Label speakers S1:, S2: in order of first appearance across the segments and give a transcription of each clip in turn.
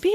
S1: Be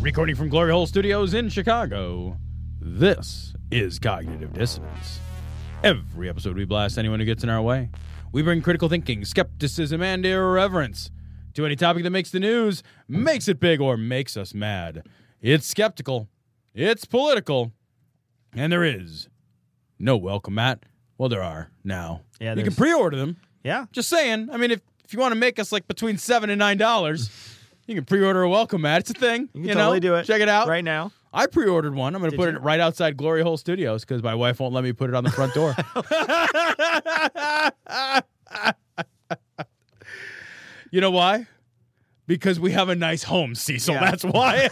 S2: Recording from Glory Hole Studios in Chicago, this is Cognitive Dissonance. Every episode, we blast anyone who gets in our way. We bring critical thinking, skepticism, and irreverence to any topic that makes the news, makes it big, or makes us mad. It's skeptical, it's political, and there is no welcome mat. Well, there are now.
S3: Yeah,
S2: you can
S3: there's-
S2: pre-order them.
S3: Yeah.
S2: Just saying. I mean, if if you want to make us like between seven and nine dollars, you can pre-order a welcome mat. It's a thing.
S3: You can
S2: know?
S3: totally do it.
S2: Check it out
S3: Right now.
S2: I pre-ordered one. I'm going to
S3: Did
S2: put
S3: you?
S2: it right outside Glory Hole Studios because my wife won't let me put it on the front door. you know why? Because we have a nice home, Cecil.
S3: Yeah.
S2: That's why.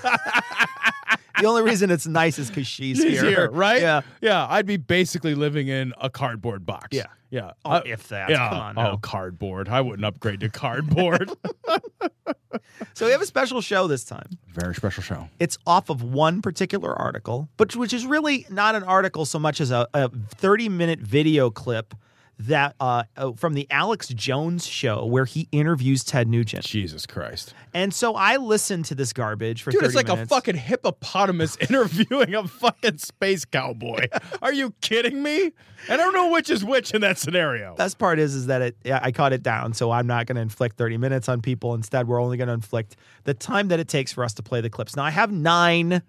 S3: The only reason it's nice is because she's,
S2: She's
S3: here.
S2: here, right?
S3: Yeah.
S2: yeah. I'd be basically living in a cardboard box.
S3: Yeah.
S2: yeah.
S3: Oh,
S2: I-
S3: if that.
S2: yeah.
S3: Come on.
S2: Oh,
S3: Now.
S2: cardboard. I wouldn't upgrade to cardboard.
S3: So we have a special show this time.
S2: Very special show.
S3: It's off of one particular article, but which is really not an article so much as a, a 30 minute video clip that uh, uh, from the Alex Jones show where he interviews Ted Nugent.
S2: Jesus Christ,
S3: And so I listened to this garbage for
S2: dude!
S3: 30
S2: It's like
S3: minutes.
S2: a fucking hippopotamus interviewing a fucking space cowboy. Are you kidding me? And I don't know which is which in that scenario.
S3: Best part is is that it yeah, I cut it down, so I'm not going to inflict 30 minutes on people. Instead, we're only going to inflict the time that it takes for us to play the clips. Now I have nine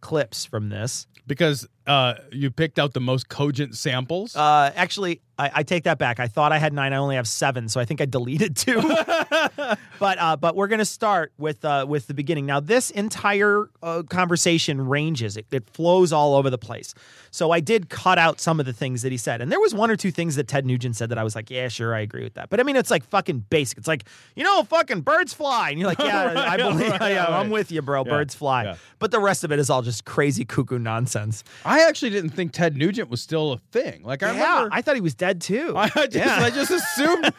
S3: clips from this.
S2: because uh, you picked out the most cogent samples.
S3: Uh, actually, I, I take that back. I thought I had nine. I only have seven, so I think I deleted two. but uh, but we're going to start with uh, with the beginning. Now this entire uh, conversation ranges. It, it flows all over the place. So I did cut out some of the things that he said, and there was one or two things that Ted Nugent said that I was like, yeah, sure, I agree with that. But I mean, it's like fucking basic. It's like you know, fucking birds fly, and you're like, yeah, I
S2: Right,
S3: believe,
S2: right,
S3: yeah, I'm
S2: right.
S3: with you, bro.
S2: Yeah,
S3: Birds fly.
S2: yeah.
S3: But the rest of it is all just crazy cuckoo nonsense.
S2: I actually didn't think Ted Nugent was still a thing. Like I
S3: yeah,
S2: remember,
S3: I thought he was dead too.
S2: I, I just,
S3: Yeah.
S2: I just assumed.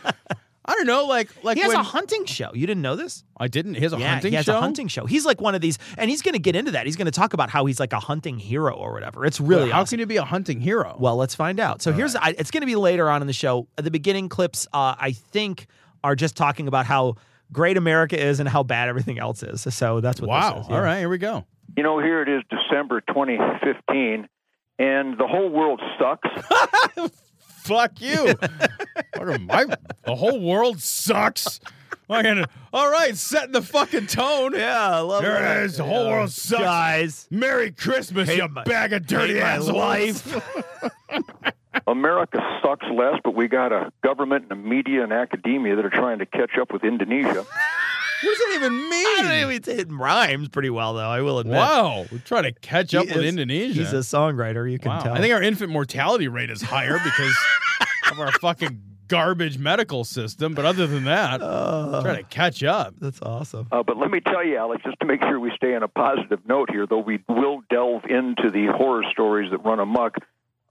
S2: I don't know, like like
S3: he has
S2: when
S3: a hunting show. You didn't know this?
S2: I didn't. He has a
S3: yeah,
S2: hunting
S3: he has
S2: show.
S3: a hunting show. He's like one of these, and he's going to get into that. He's going to talk about how he's like a hunting hero or whatever. It's really
S2: How
S3: awesome.
S2: can you be a hunting hero?
S3: well, let's find out. So here's I, it's going to be later on in the show. The beginning clips, uh, I think, are just talking about how great America is and how bad everything else is. So that's what.
S2: wow.
S3: This is, yeah.
S2: All right, here we go.
S4: you know, here it is December 2015, and the whole world sucks.
S2: Fuck you. What am I- the whole world sucks. Fucking- all right, setting the fucking tone.
S3: Yeah, I love
S2: There it
S3: that.
S2: is. The whole
S3: Yeah.
S2: world sucks.
S3: Guys,
S2: Merry Christmas, you
S3: my-
S2: bag of dirty
S3: hate my
S2: ass
S3: life.
S4: America sucks less, but we got a government and a media and academia that are trying to catch up with Indonesia.
S2: What does that even mean?
S3: I mean, it rhymes pretty well though. I will admit.
S2: Wow, we're trying to catch
S3: He
S2: up with
S3: is-
S2: Indonesia.
S3: He's a songwriter. You can
S2: Wow.
S3: tell.
S2: I think our infant mortality rate is higher because of our fucking garbage medical system. But other than that,
S3: Uh,
S2: trying to catch up.
S3: Oh, that's awesome.
S4: Uh, but let me tell you, Alex, just to make sure we stay on a positive note here, though we will delve into the horror stories that run amok.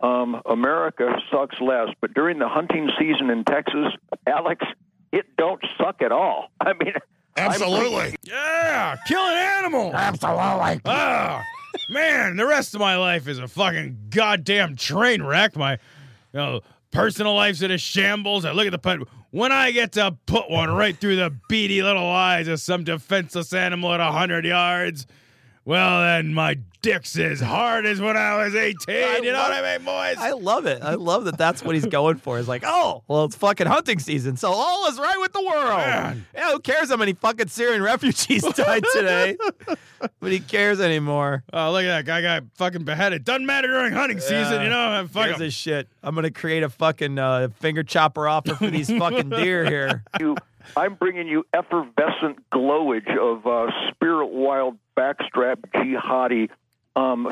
S4: Um, America sucks less, but during the hunting season in Texas, Alex, it don't suck at all. I mean, absolutely.
S2: Yeah, killing animals. Absolutely. Ah, man, the rest of my life is a fucking goddamn train wreck. My, you know, personal life's in a shambles. I look at the pet. When I get to put one right through the beady little eyes of some defenseless animal at a hundred yards, Well, then my dick's as hard as when I was 18. you know
S3: love-
S2: what I mean, boys?
S3: I love it. I love that that's what he's going for. It's like, oh, well, it's fucking hunting season, so all is right with the world.
S2: Man.
S3: Yeah, who cares how many fucking Syrian refugees died today? Nobody cares anymore.
S2: oh, look at that guy got fucking beheaded. Doesn't matter during hunting season,
S3: Yeah.
S2: you know? I'm
S3: Fuck
S2: fucking
S3: this shit. I'm gonna create a fucking uh, finger chopper offer for these fucking deer here.
S4: you, I'm bringing you effervescent glowage of uh, spirit wild backstrap jihadi um,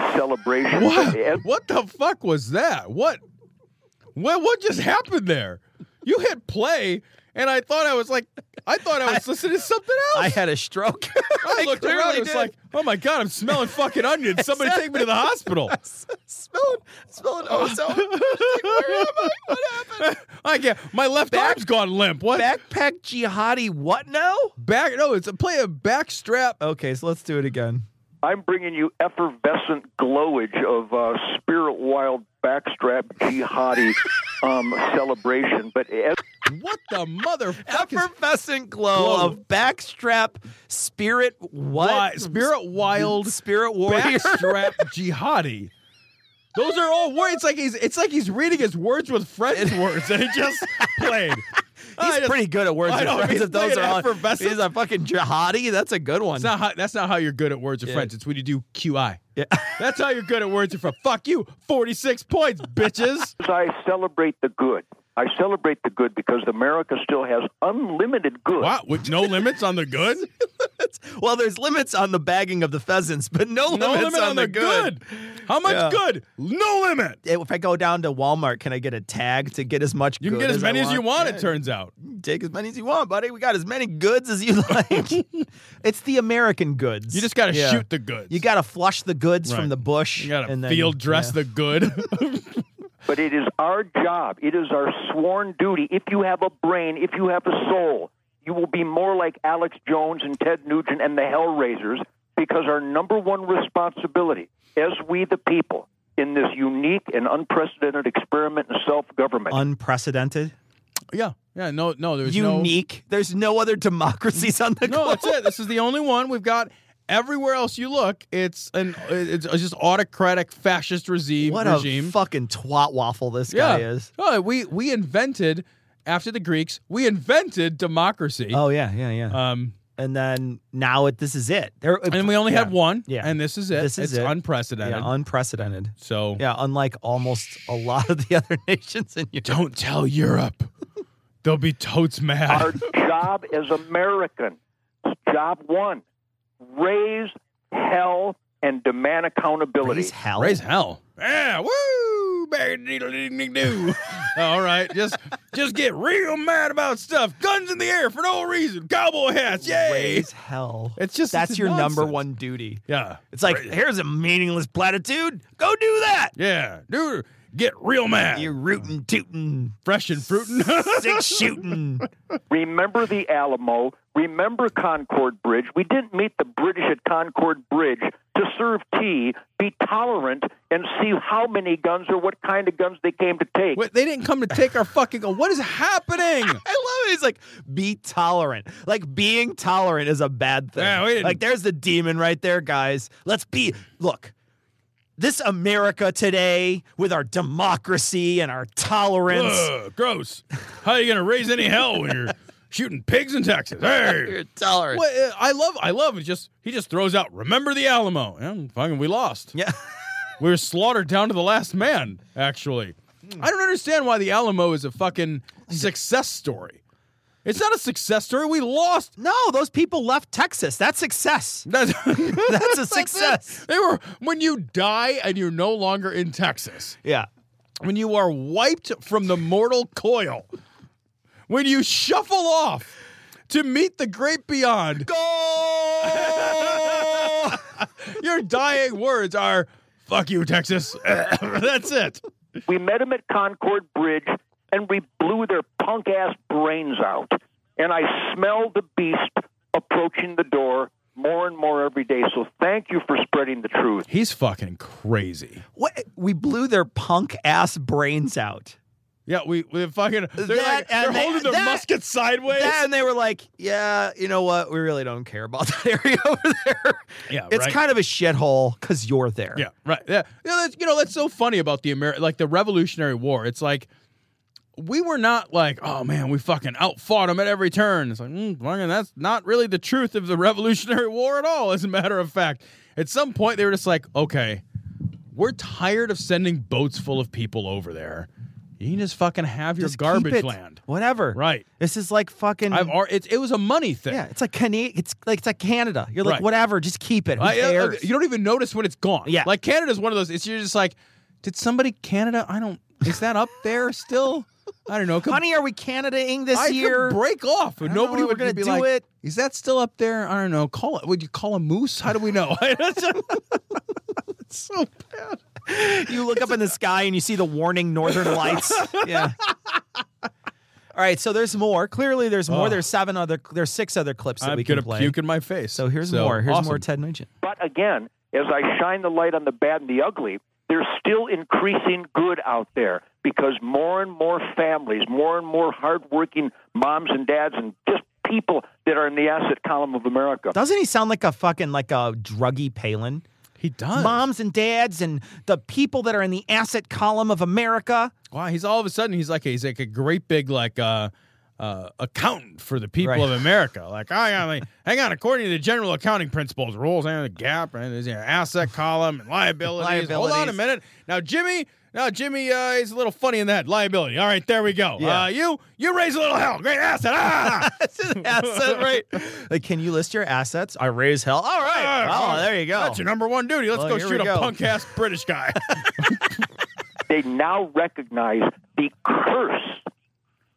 S4: celebration.
S2: What? What the fuck was that? What? What? What just happened there? You hit play, and I thought I was like, I thought I was listening to something
S3: I
S2: else.
S3: had a stroke.
S2: I, looked around.
S3: clearly
S2: It was
S3: did.
S2: like, oh my god, I'm smelling fucking onions. Somebody take me to the hospital.
S3: smelling, smelling ozone. Like, Where am I? What happened?
S2: I get my left arm's gone limp. What?
S3: Backpack jihadi. What now?
S2: Back- No, it's a play of backstrap.
S3: Okay, so let's do it again.
S4: I'm bringing you effervescent glowage of uh, spirit wild backstrap jihadi um, celebration. But as
S2: What the motherfuck? is-
S3: effervescent glow,
S2: Glow.
S3: of backstrap spirit what
S2: Wi- Spirit wild.
S3: spirit warrior
S2: backstrap jihadi. Those are all words. It's like he's it's like he's reading his words with French words, and he just played. I
S3: He's
S2: just-
S3: pretty good at words
S2: I
S3: and
S2: know,
S3: phrases.
S2: he's
S3: Those
S2: playing
S3: are all,
S2: effervescent.
S3: He's a fucking jihadi. That's a good one.
S2: It's not how, that's not how you're good at words of
S3: Yeah.
S2: French. It's when you do QI.
S3: Yeah.
S2: That's how you're good at words of French. Fuck you. Forty six points, bitches.
S4: I celebrate the good, I celebrate the good because America still has unlimited good.
S2: wow, with no limits on the good.
S3: well, there's limits on the bagging of the pheasants, but no,
S2: No
S3: limits
S2: limit on, the good. How much
S3: Yeah.
S2: good? No limit.
S3: If I go down to Walmart, can I get a tag to get as much?
S2: You can
S3: good
S2: get as
S3: I
S2: many as you want.
S3: Yeah,
S2: It turns out.
S3: Take as many as you want, buddy. We got as many goods as you like. it's the American goods.
S2: You just got to
S3: Yeah.
S2: shoot the goods.
S3: You got to flush the goods
S2: Right.
S3: from the bush.
S2: You got
S3: and
S2: to
S3: then-
S2: field dress
S3: yeah.
S2: the good.
S4: But it is our job, it is our sworn duty. If you have a brain, if you have a soul, you will be more like Alex Jones and Ted Nugent and the Hellraisers because our number one responsibility as we the people in this unique and unprecedented experiment in self government.
S3: Unprecedented,
S2: yeah. Yeah. No. No. There's no.
S3: unique. There's no other democracies on the
S2: No,
S3: globe.
S2: that's it. This is the only one we've got. Everywhere else you look, it's an it's just autocratic fascist regime.
S3: What
S2: regime.
S3: a fucking twat waffle this guy is.
S2: Oh, we we invented after the Greeks, we invented democracy.
S3: Oh yeah, yeah, yeah.
S2: Um,
S3: and then now it, this is it. There,
S2: and we only
S3: yeah,
S2: had one.
S3: Yeah.
S2: and this is it.
S3: This is
S2: it's
S3: it.
S2: unprecedented.
S3: Yeah, unprecedented.
S2: so
S3: Yeah, unlike almost a lot of the other nations in Europe.
S2: don't tell Europe; they'll be totes mad.
S4: our job as Americans, job one, raise hell and demand accountability.
S3: Raise hell.
S2: Raise hell. Yeah, woo! Bang, needle, ding, ding, do. All right, just just get real mad about stuff. Guns in the air for no reason. Cowboy hats, yay!
S3: Raise hell.
S2: It's just
S3: that's
S2: it's
S3: your number
S2: nonsense.
S3: one duty.
S2: Yeah,
S3: It's like
S2: Raise-
S3: here's a meaningless platitude. Go do that.
S2: yeah, dude, get real mad.
S3: You're rootin' tootin',
S2: fresh and fruitin'.
S3: six shootin'.
S4: Remember the Alamo. Remember Concord Bridge. We didn't meet the British at Concord Bridge to serve tea, be tolerant, and see how many guns or what kind of guns they came to take.
S2: Wait, they didn't come to take our fucking. oh, What is happening?
S3: I love it. He's like, be tolerant. Like being tolerant is a bad thing.
S2: Yeah, we didn't-
S3: like there's the demon right there, guys. Let's be look. This America today with our democracy and our tolerance.
S2: Ugh, gross. How are you gonna raise any hell when you're shooting pigs in Texas? Hey.
S3: You're tolerant.
S2: What, uh, I love, I love. It just he just throws out. Remember the Alamo? And fucking, we lost.
S3: Yeah.
S2: We were slaughtered down to the last man, actually. I don't understand why the Alamo Hmm. is a fucking success story. It's not a success story. We lost.
S3: No, those people left Texas. That's success.
S2: That's,
S3: That's a success.
S2: They were when you die and you're no longer in Texas.
S3: Yeah.
S2: When you are wiped from the mortal coil. When you shuffle off to meet the great beyond.
S3: Go!
S2: Your dying words are fuck you Texas. That's it.
S4: We met them at Concord Bridge, and we blew their punk ass brains out. And I smell the beast approaching the door more and more every day. So thank you for spreading the truth.
S2: He's fucking crazy.
S3: what? We blew their punk ass brains out.
S2: Yeah, we we fucking they're,
S3: That
S2: like, they're
S3: and they-
S2: holding their
S3: that-
S2: muskets sideways.
S3: That, and they were like, "Yeah, you know what? We really don't care about that area over there.
S2: Yeah,
S3: it's
S2: right.
S3: kind of a shithole because you're there.
S2: Yeah, right. Yeah, you know, that's, you know that's so funny about the Ameri- like the Revolutionary War. It's like we were not like, oh man, we fucking outfought them at every turn. It's like, mm, fucking, that's not really the truth of the Revolutionary War at all. As a matter of fact, at some point they were just like, okay, we're tired of sending boats full of people over there. You can just fucking have your
S3: Just keep
S2: garbage
S3: it.
S2: land.
S3: whatever.
S2: Right.
S3: This is like fucking.
S2: I've ar- it, it was a money thing.
S3: yeah, it's like Cana- It's like it's like Canada. You're like
S2: Right.
S3: whatever. Just keep it. Who
S2: I- I-
S3: cares?
S2: you don't even notice when it's gone.
S3: Yeah.
S2: like Canada's one of those. It's you're just like, did somebody Canada? I don't. Is that up there still? I don't know. Could,
S3: Honey, are we Canadaing this
S2: I
S3: year?
S2: could break off, and
S3: I don't
S2: nobody
S3: know,
S2: would
S3: we're gonna
S2: be
S3: do
S2: like,
S3: it.
S2: Is that still up there? I don't know. Call it. Would you call a moose? How do we know? it's so bad.
S3: you look up in the sky and you see the warning northern lights. yeah. All right, so there's more. Clearly, there's more.
S2: Oh.
S3: There's seven other. There's six other clips that
S2: I'm
S3: we
S2: gonna
S3: can play.
S2: puke in my face.
S3: So here's more. Here's
S2: awesome.
S3: more Ted Nugent.
S4: But again, as I shine the light on the bad and the ugly, there's still increasing good out there because more and more families, more and more hardworking moms and dads, and just people that are in the asset column of America.
S3: Doesn't he sound like a fucking like a druggy Palin?
S2: He does.
S3: Moms and dads and the people that are in the asset column of America.
S2: Wow, he's all of a sudden he's like a, he's like a great big like uh, uh, accountant for the people
S3: Right.
S2: of America. Like I, I mean, hang on, according to the general accounting principles, rules, and the gap, and there's your asset column and liabilities. Hold on a
S3: Liabilities.
S2: minute, now Jimmy. Now Jimmy uh, is a little funny in that liability. All right, there we go.
S3: Yeah.
S2: Uh, you you raise a little hell, great asset. Ah!
S3: asset, right? Like, can you list your assets? I raise hell. All right.
S2: Ah,
S3: Oh, there you go.
S2: That's your number one duty. Let's
S3: Well,
S2: go
S3: here
S2: shoot
S3: we
S2: a
S3: go.
S2: punk ass British guy.
S4: they now recognize the curse,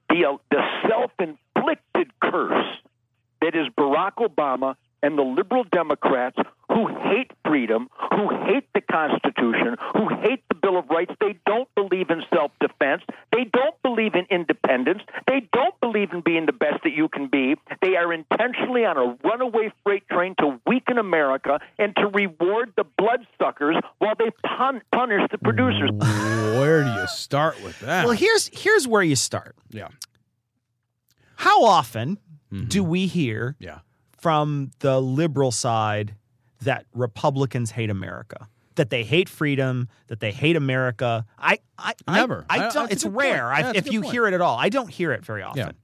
S4: the, uh, the self inflicted curse that is Barack Obama and the liberal Democrats who hate freedom, who hate the Constitution, who hate the Bill of Rights. They don't believe in self defense. They don't believe in independence. They don't believe in being the best that you can be. They are intentionally on a runaway freight train to weaken America and to reward the bloodsuckers while they pun- punish the producers.
S2: Where do you start with that?
S3: Well, here's here's where you start.
S2: yeah,
S3: How often
S2: Mm-hmm.
S3: do we hear
S2: yeah.
S3: from the liberal side that Republicans hate America, that they hate freedom, that they hate America. I, I I-
S2: Never.
S3: I,
S2: I-
S3: don't.
S2: that's a
S3: it's
S2: good
S3: rare
S2: point. Yeah,
S3: I,
S2: that's a
S3: if
S2: good
S3: you
S2: point.
S3: hear it at all. I don't hear it very often.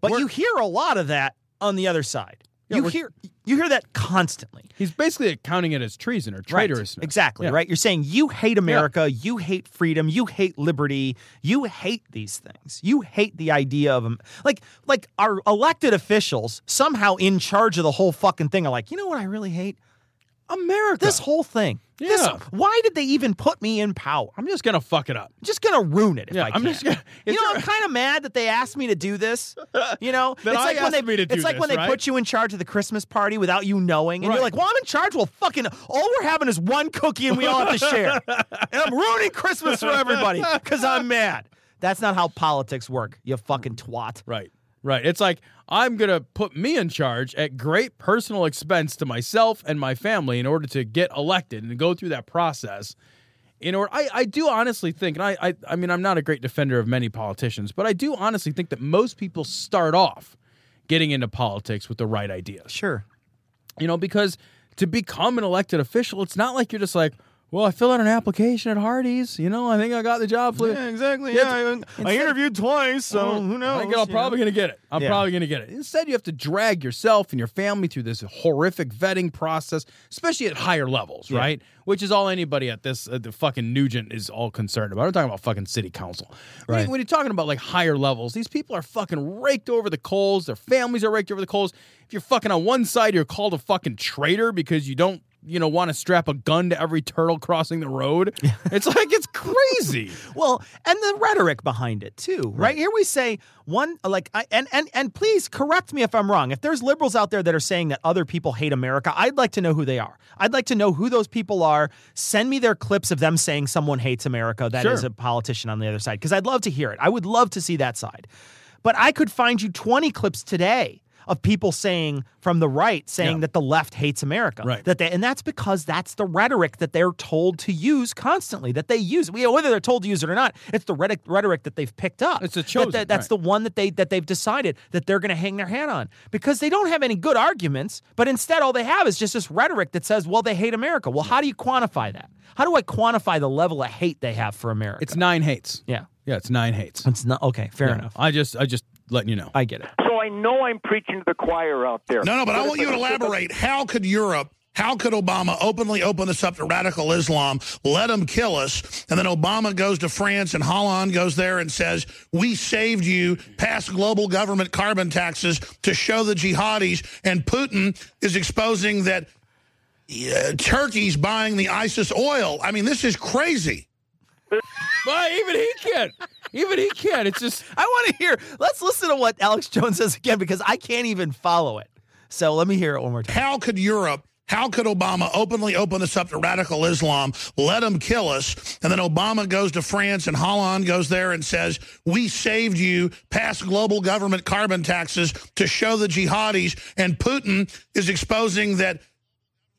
S3: But
S2: We're-
S3: you hear a lot of that on the other side.
S2: Yeah,
S3: you
S2: we're-
S3: hear you hear that constantly.
S2: He's basically counting it as treason or
S3: Right.
S2: traitorousness.
S3: Exactly.
S2: Yeah.
S3: Right. You're saying you hate America, you hate freedom, you hate liberty, you hate these things. You hate the idea of them. Like, like our elected officials somehow in charge of the whole fucking thing are like, you know what I really hate?
S2: America.
S3: This whole thing. This-
S2: Yeah.
S3: why did they even put me in power? I'm
S2: I'm just gonna fuck it up.
S3: just gonna ruin it if
S2: Yeah,
S3: I
S2: I'm
S3: can.
S2: just gonna-
S3: you
S2: Is
S3: know,
S2: there-
S3: I'm kind of mad that they asked me to do this. You know,
S2: That
S3: it's
S2: I
S3: like when
S2: asked
S3: they
S2: me to do
S3: it's like
S2: this,
S3: when they
S2: right?
S3: put you in charge of the Christmas party without you knowing, and
S2: Right.
S3: you're like, "Well, I'm in charge. Well, fucking, all we're having is one cookie, and we all have to share. and I'm ruining Christmas for everybody because I'm mad." That's not how politics work. You fucking twat.
S2: Right. Right. It's like I'm gonna put me in charge at great personal expense to myself and my family in order to get elected and go through that process. In order, I, I do honestly think, and I, I I mean I'm not a great defender of many politicians, but I do honestly think that most people start off getting into politics with the right ideas.
S3: Sure.
S2: You know, because to become an elected official, it's not like you're just like, well, I filled out an application at Hardee's. You know, I think I got the job.
S3: exactly.
S2: Yeah, I- I
S3: interviewed twice, so
S2: I think I'm probably going to get it. I'm
S3: Yeah.
S2: probably going to get it. Instead, you have to drag yourself and your family through this horrific vetting process, especially at higher levels, right? Which is all anybody at this, uh, the fucking Nugent is all concerned about. I'm talking about fucking city council. When,
S3: Right.
S2: you, when you're talking about like higher levels, these people are fucking raked over the coals. Their families are raked over the coals. If you're fucking on one side, you're called a fucking traitor because you don't. You know, want to strap a gun to every turtle crossing the road? It's like it's crazy.
S3: Well, and the rhetoric behind it too, right? Here we say one like I, and and and please correct me if I'm wrong. If there's liberals out there that are saying that other people hate America, I'd like to know who they are. I'd like to know who those people are. Send me their clips of them saying someone hates America that is
S2: Sure.
S3: a politician on the other side because I'd love to hear it. I would love to see that side. But I could find you 20 clips today of people saying from the right saying
S2: Yeah.
S3: that the left hates America.
S2: Right.
S3: That they, and that's because that's the rhetoric that they're told to use constantly. That they use, We- whether they're told to use it or not. It's the rhetoric, rhetoric that they've picked up.
S2: It's a
S3: That-
S2: chosen,
S3: that- that's
S2: right.
S3: the one that they that they've decided that they're going to hang their hat on because they don't have any good arguments. But instead, all they have is just this rhetoric that says, "Well, they hate America." Well, how do you quantify that? How do I quantify the level of hate they have for America?
S2: It's nine hates.
S3: yeah,
S2: Yeah, it's nine hates.
S3: it's not okay. Fair enough.
S2: I just, I just letting you know.
S3: I get it.
S4: So I know I'm preaching to the choir out there.
S5: No, no, but I
S4: if
S5: want you to
S4: could pick up
S5: elaborate. How could Europe, how could Obama openly open us up to radical Islam, let them kill us, and then Obama goes to France and Holland goes there and says, we saved you, pass global government carbon taxes to show the jihadis, and Putin is exposing that uh, Turkey's buying the ISIS oil. I mean, this is crazy.
S2: But even he can't. Even he can't. It's just
S3: I want to hear. Let's listen to what Alex Jones says again because I can't even follow it. So let me hear it one more time.
S5: How could Europe, how could Obama openly open us up to radical Islam, let them kill us, and then Obama goes to France and Holland goes there and says, we saved you, pass global government carbon taxes to show the jihadis, and Putin is exposing that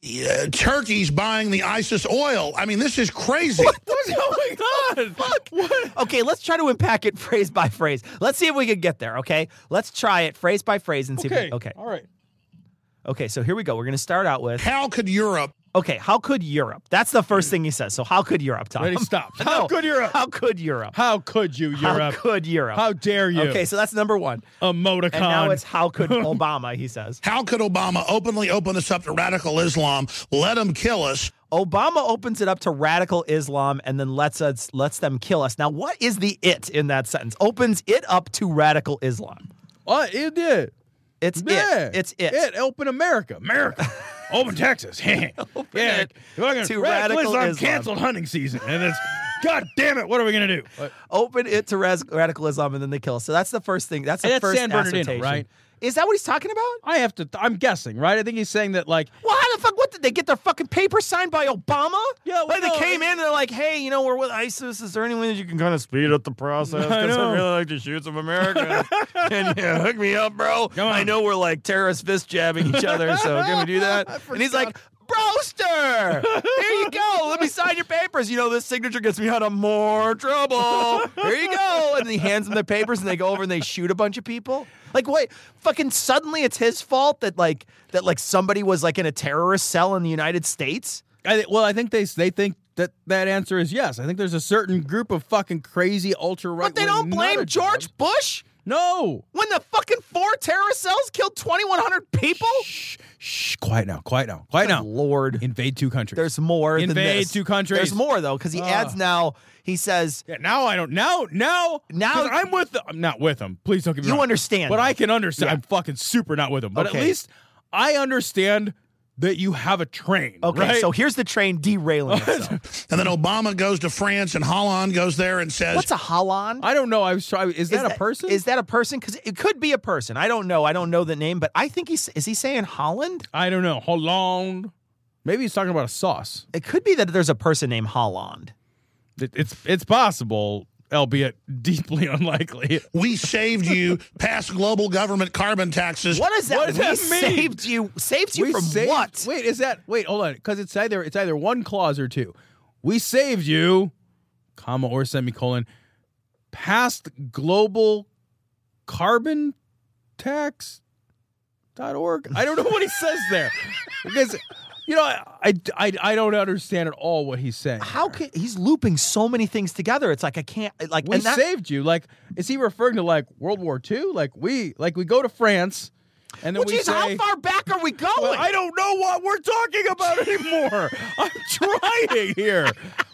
S5: uh, Turkey's buying the ISIS oil. I mean, this is crazy.
S2: what's going on? Oh What?
S3: Okay, let's try to unpack it phrase by phrase. Let's see if we can get there. Okay, let's try it phrase by phrase and see. If
S2: Okay.
S3: we, okay.
S2: All right.
S3: Okay. So here we go. We're gonna start out with.
S5: How could Europe
S3: Okay. How could Europe? That's the first thing he says. So how could Europe? Tom.
S2: Ready? Stop.
S3: No.
S2: Um, How could Europe?
S3: How could Europe?
S2: How could you, Europe?
S3: How could Europe?
S2: How dare you?
S3: Okay. So that's number one.
S2: Emoticon.
S3: And now it's how could Obama? He says.
S5: how could Obama openly open us up to radical Islam, let them kill us,
S3: Obama opens it up to radical Islam and then lets us lets them kill us. Now, what is the it in that sentence? Opens it up to radical Islam.
S2: What Uh, it did.
S3: It's
S2: Yeah.
S3: it. It's it.
S2: It open America. America. open Texas. yeah.
S3: it
S2: Fucking
S3: to
S2: radical
S3: radical
S2: Islam
S3: Islam.
S2: canceled hunting season. And it's God damn it, what are we gonna do?
S3: Open it to ras- radical Islam and then they kill us. So that's the first thing. That's the
S2: And that's
S3: first
S2: San Bernardino,
S3: assertion.
S2: right?
S3: Is that what he's talking about?
S2: I have to I'm guessing, right? I think he's saying that like
S3: Well, how the fuck? What did they get their fucking paper signed by Obama?
S2: Yeah, well,
S3: like they
S2: no,
S3: came
S2: it-
S3: in. They're like, hey, you know, we're with ISIS. Is there any way that you can kind of speed up the process?
S2: I
S3: Because
S2: know.
S3: I'd really like to shoot some Americans. and yeah, hook me up, bro.
S2: Come
S3: I
S2: on.
S3: know we're like terrorists fist jabbing each other, so can we do that? and he's like, Broster, here you go. Let me sign your papers. You know, this signature gets me out of more trouble. Here you go. And he hands them the papers and they go over and they shoot a bunch of people. Like what fucking suddenly it's his fault that like that like somebody was like in a terrorist cell in the United States?
S2: I thi- well, I think they s- they think that that answer is yes. I think there's a certain group of fucking crazy ultra right.
S3: But they don't blame George Bush
S2: No.
S3: when the fucking four terrorist cells killed 2,100 people?
S2: Shh, shh. Quiet now. Quiet now. Quiet now.
S3: Lord.
S2: Invade two countries.
S3: There's more than
S2: Invade
S3: this.
S2: two countries. Ah.
S3: There's more though, because he adds now. He says,
S2: Yeah, now I don't. Now, now, 'cause
S3: Now-
S2: I'm with. The, I'm not with them. Please don't give me.
S3: You
S2: wrong.
S3: understand
S2: but
S3: that.
S2: I can understand.
S3: Yeah.
S2: I'm fucking super not with them. But at
S3: Okay.
S2: least I understand that you have a train.
S3: "Okay,
S2: right?
S3: so here's the train derailing itself.
S5: and then Obama goes to France and Holland goes there and says,
S3: What's a Holland?
S2: I don't know. I was trying. Is, that, a person?
S3: Is that a person? Because it could be a person. I don't know. I don't know the name, but I think he's is he saying Holland?
S2: I don't know. Holland. Maybe he's talking about a sauce.
S3: It could be that there's a person named Holland.
S2: It, it's it's possible, albeit deeply unlikely.
S5: we saved you, pass global government carbon taxes.
S3: What does that?
S2: What does
S3: we
S2: that mean?
S3: saved you. Saved you
S2: We
S3: from
S2: saved-
S3: what?
S2: Wait, is that? Wait, hold on. Because it's either it's either one clause or two. We saved you, comma or semicolon, past global carbon tax dot org. I don't know what he says there because you know I, I I don't understand at all what he's saying.
S3: How can he's looping so many things together? It's like I can't like
S2: we
S3: and that-
S2: saved you? Like, is he referring to like World War II? Like we like we go to France and then
S3: Well,
S2: we
S3: geez,
S2: say.
S3: how far back are we going?
S2: Well, I don't know what we're talking about anymore. I'm trying here.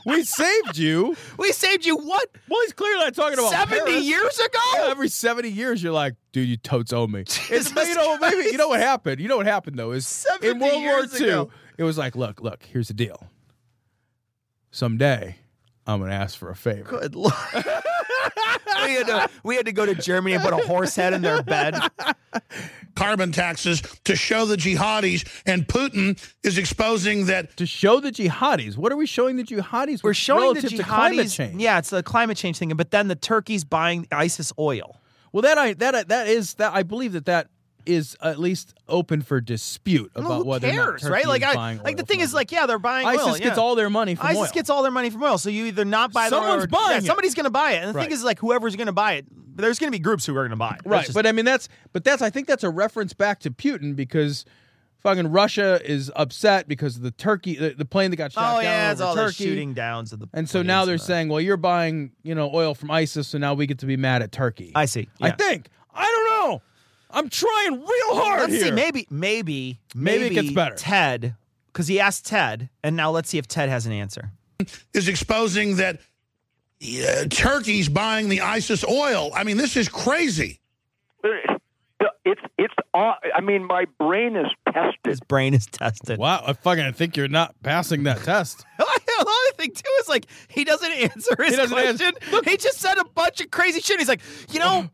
S2: We saved you.
S3: we saved you what?
S2: Well, he's clearly not talking about
S3: 70
S2: Paris.
S3: years ago?
S2: Yeah, every 70 years, you're like, dude, you totes owe me. It's,
S3: Jesus
S2: you know, maybe,
S3: Christ.
S2: you know what happened? You know what happened, though, is
S3: 70
S2: in World War
S3: years
S2: II,
S3: ago.
S2: it was like, look, look, here's the deal. Someday, I'm going to ask for a favor.
S3: Good lord. we, had to, we had to go to Germany and put a horse head in their bed.
S5: carbon taxes to show the jihadis, and Putin is exposing that
S2: To show the jihadis, what are we showing the jihadis?
S3: We're
S2: with
S3: showing the
S2: relative to climate
S3: jihadis.
S2: change.
S3: Yeah, it's the climate change thing. But then the Turkey's buying ISIS oil.
S2: uh, Well, that I that I, that is that I believe that that is at least open for dispute about
S3: Well, who
S2: whether or not
S3: cares,
S2: Turkey
S3: right? Like,
S2: is
S3: I,
S2: buying
S3: like the
S2: oil
S3: thing
S2: from
S3: is, like, yeah, they're buying
S2: ISIS
S3: oil. yeah.
S2: gets all their money from
S3: ISIS
S2: oil.
S3: gets all their money from oil, so you either not buy the oil.
S2: Someone's
S3: or-
S2: buying
S3: yeah,
S2: it.
S3: Somebody's going to buy it, and the
S2: Right.
S3: thing is, like, whoever's going to buy it, there's going to be groups who are going to buy it, That's
S2: right
S3: just-
S2: but i mean that's but that's i think that's a reference back to putin because fucking russia is upset because of the turkey the, the plane that got shot
S3: oh
S2: down
S3: yeah,
S2: over
S3: it's all the
S2: turkey
S3: shooting downs of the.
S2: and so
S3: planes
S2: now they're
S3: and that.
S2: saying well you're buying you know oil from isis so now we get to be mad at turkey
S3: I see,
S2: i
S3: yeah.
S2: think i don't know i'm trying real hard
S3: Let's
S2: here
S3: see. Maybe, maybe,
S2: Maybe it gets better.
S3: Ted, because he asked Ted, and now let's see if Ted has an answer.
S5: is exposing that uh, Turkey's buying the ISIS oil. I mean, this is crazy.
S4: It's it's. aw- I mean, my brain is tested.
S3: His brain is tested.
S2: wow i fucking think you're not passing that test
S3: Another thing too is like he doesn't answer his
S2: doesn't answer. Oh.
S3: question. He just said a bunch of crazy shit. He's like, you know,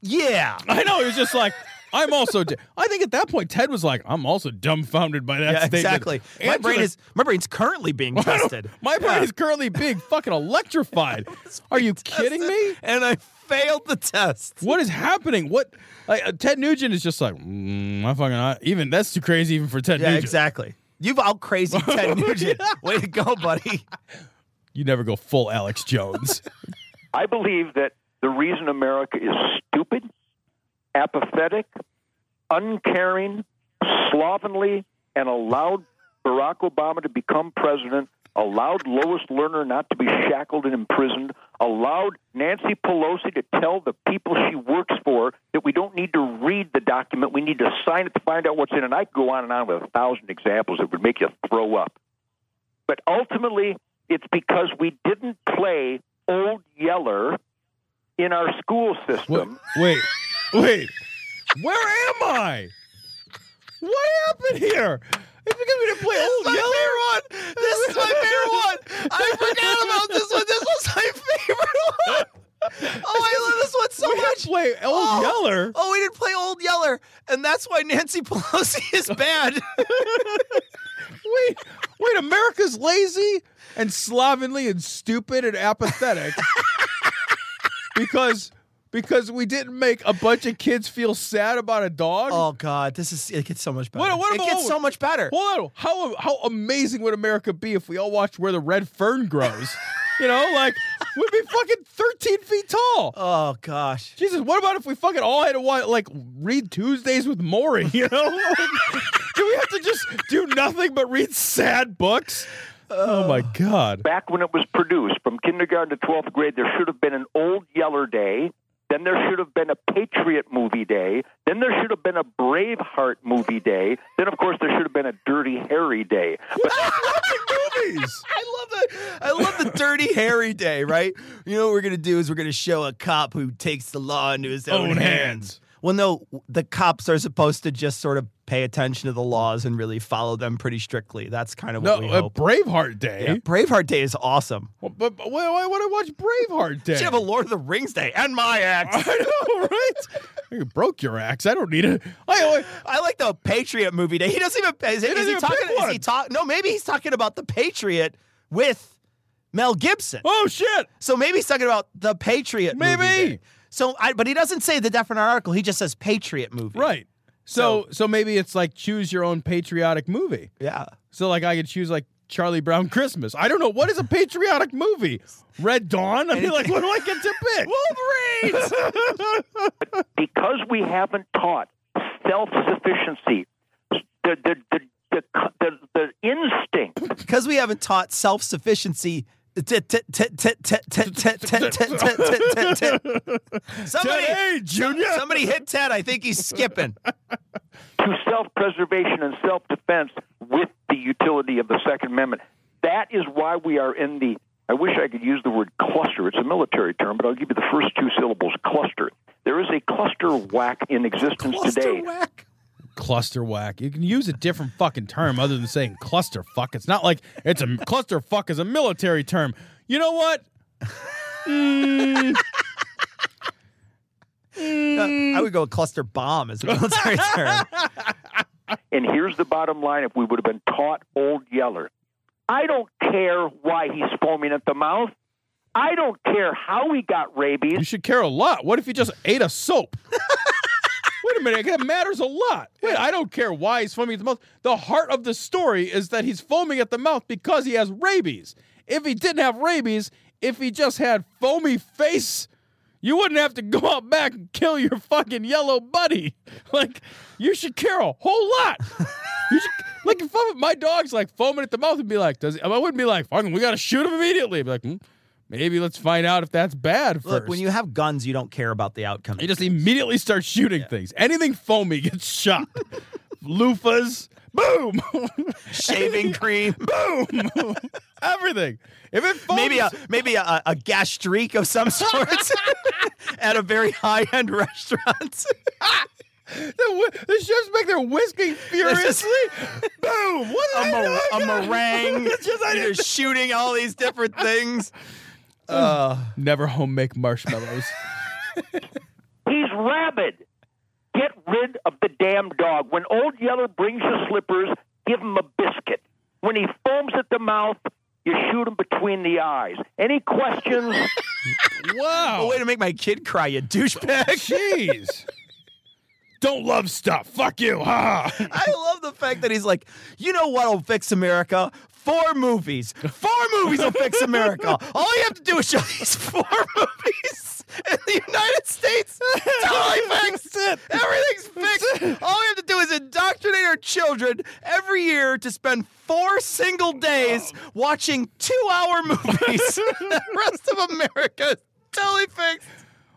S3: yeah.
S2: i know it was just like I'm also. d I I think at that point Ted was like, "I'm also dumbfounded by that
S3: Yeah,
S2: statement."
S3: exactly. My
S2: Answer
S3: brain
S2: the
S3: is my brain's currently being
S2: I don't-
S3: tested.
S2: My brain
S3: Yeah.
S2: is currently being fucking electrified. Are you kidding me?
S3: and I failed the test.
S2: What is happening? What? Like, uh, Ted Nugent is just like, mm, I fucking I, even that's too crazy even for Ted
S3: Yeah,
S2: Nugent.
S3: exactly. You've out crazy Ted Nugent. Way to go, buddy.
S2: You never go full Alex Jones.
S4: I believe that the reason America is stupid, apathetic, uncaring, slovenly, and allowed Barack Obama to become president, allowed Lois Lerner not to be shackled and imprisoned, allowed Nancy Pelosi to tell the people she works for that we don't need to read the document, we need to sign it to find out what's in it. And I could go on and on with a thousand examples that would make you throw up. But ultimately, it's because we didn't play Old Yeller in our school
S2: Wait,
S4: system.
S2: wait, wait. Where am I? What happened here? It's because we didn't play old
S3: my
S2: Yeller.
S3: favorite one. This is my favorite one. I forgot about this one. This was my favorite one. Oh, I love this one so
S2: we didn't
S3: much.
S2: play old
S3: Oh.
S2: Yeller.
S3: Oh, we didn't play Old Yeller, and that's why Nancy Pelosi is bad.
S2: Wait, wait, America's lazy and slovenly and stupid and apathetic because because we didn't make a bunch of kids feel sad about a dog.
S3: oh God, this is it gets so much better.
S2: What- what
S3: it
S2: about-
S3: gets so much better.
S2: Hold on, how how amazing would America be if we all watched where the red fern grows? you know, like we'd be fucking thirteen feet tall.
S3: Oh gosh.
S2: Jesus, what about if we fucking all had to watch, like read Tuesdays with Maury? You know, Like, do we have to just do nothing but read sad books? Oh my god.
S4: Back when it was produced, from kindergarten to 12th grade, there should have been an Old Yeller Day. Then there should have been a Patriot movie day. Then there should have been a Braveheart movie day. Then, of course, there should have been a Dirty Harry day. But
S2: movies.
S3: I love that. I love the Dirty Harry Day, right? You know what we're gonna do is we're gonna show a cop who takes the law into his own,
S2: Own hands.
S3: Well, no, the cops are supposed to just sort of pay attention to the laws and really follow them pretty strictly. That's kind of
S2: No,
S3: what we
S2: a
S3: hope.
S2: Braveheart Day.
S3: Yeah, Braveheart Day is awesome.
S2: Well, but, but why, why would I watch Braveheart Day?
S3: Should have a Lord of the Rings Day and my axe.
S2: I know, right? you broke your axe. I don't need it. I, I
S3: I like the Patriot movie day. He doesn't even. Is, is
S2: doesn't
S3: he
S2: even
S3: talking?
S2: pick
S3: Is
S2: one.
S3: he talk? No, maybe he's talking about the Patriot with Mel Gibson.
S2: oh shit!
S3: So maybe he's talking about the Patriot movie.
S2: Maybe.
S3: day. So, I, but he doesn't say the definite article. He just says Patriot movie.
S2: Right. So, so maybe it's like choose your own patriotic movie.
S3: Yeah.
S2: So like I could choose like Charlie Brown Christmas. I don't know what is a patriotic movie. Red Dawn. I mean, like what do I get to pick?
S3: Wolverines.
S4: because we haven't taught self sufficiency, the, the, the, the, the, the instinct
S3: Because we haven't taught self sufficiency. Somebody,
S2: Today, Junior.
S3: somebody hit Ted. I think he's skipping.
S4: to self preservation and self defense with the utility of the Second Amendment. That is why we are in the, I wish I could use the word cluster. It's a military term, but I'll give you the first two syllables cluster. There is a cluster whack in existence today.
S3: whack.
S2: cluster whack. You can use a different fucking term other than saying cluster fuck. It's not like it's a cluster fuck is a military term. You know what?
S3: I would go cluster bomb as a military term.
S4: And here's the bottom line if we would have been taught Old Yeller. I don't care why he's foaming at the mouth. I don't care how he got rabies.
S2: You should care a lot. What if you just ate a soap? Wait a a minute, that matters a lot. Wait, I don't care why he's foaming at the mouth. The heart of the story is that he's foaming at the mouth because he has rabies. If he didn't have rabies, if he just had foamy face, you wouldn't have to go out back and kill your fucking yellow buddy. Like, you should care a whole lot. you should, like, if I'm- my dog's like foaming at the mouth and be like, does he, I wouldn't be like, fucking, we gotta shoot him immediately. I'd be like, hmm, maybe let's find out if that's bad first.
S3: Look, when you have guns, you don't care about the outcome.
S2: You just immediately start shooting things. Anything foamy gets shot. Loofahs, boom,
S3: Shaving cream,
S2: boom, everything. If it foams,
S3: maybe a maybe a, a gastrique of some sort at a very high end restaurant.
S2: the, whi- the chef's back there whisking furiously. boom! What
S3: a,
S2: did I
S3: mor-
S2: do? I
S3: a
S2: got it.
S3: meringue.
S2: It's just I
S3: You're
S2: didn't-
S3: shooting all these different things. Uh,
S2: Never home make marshmallows.
S4: He's rabid. Get rid of the damn dog. When Old Yeller brings you slippers, give him a biscuit. When he foams at the mouth, you shoot him between the eyes. Any questions?
S2: wow!
S3: a way to make my kid cry, you douchebag.
S2: Jeez. Don't love stuff. Fuck you. Ha. ha.
S3: I love the fact that he's like, you know what'll fix America? Four movies. Four movies will fix America. All you have to do is show these four movies in the United States. Totally fixed. Everything's fixed. All we have to do is indoctrinate our children every year to spend four single days watching two-hour movies. the rest of America is totally fixed.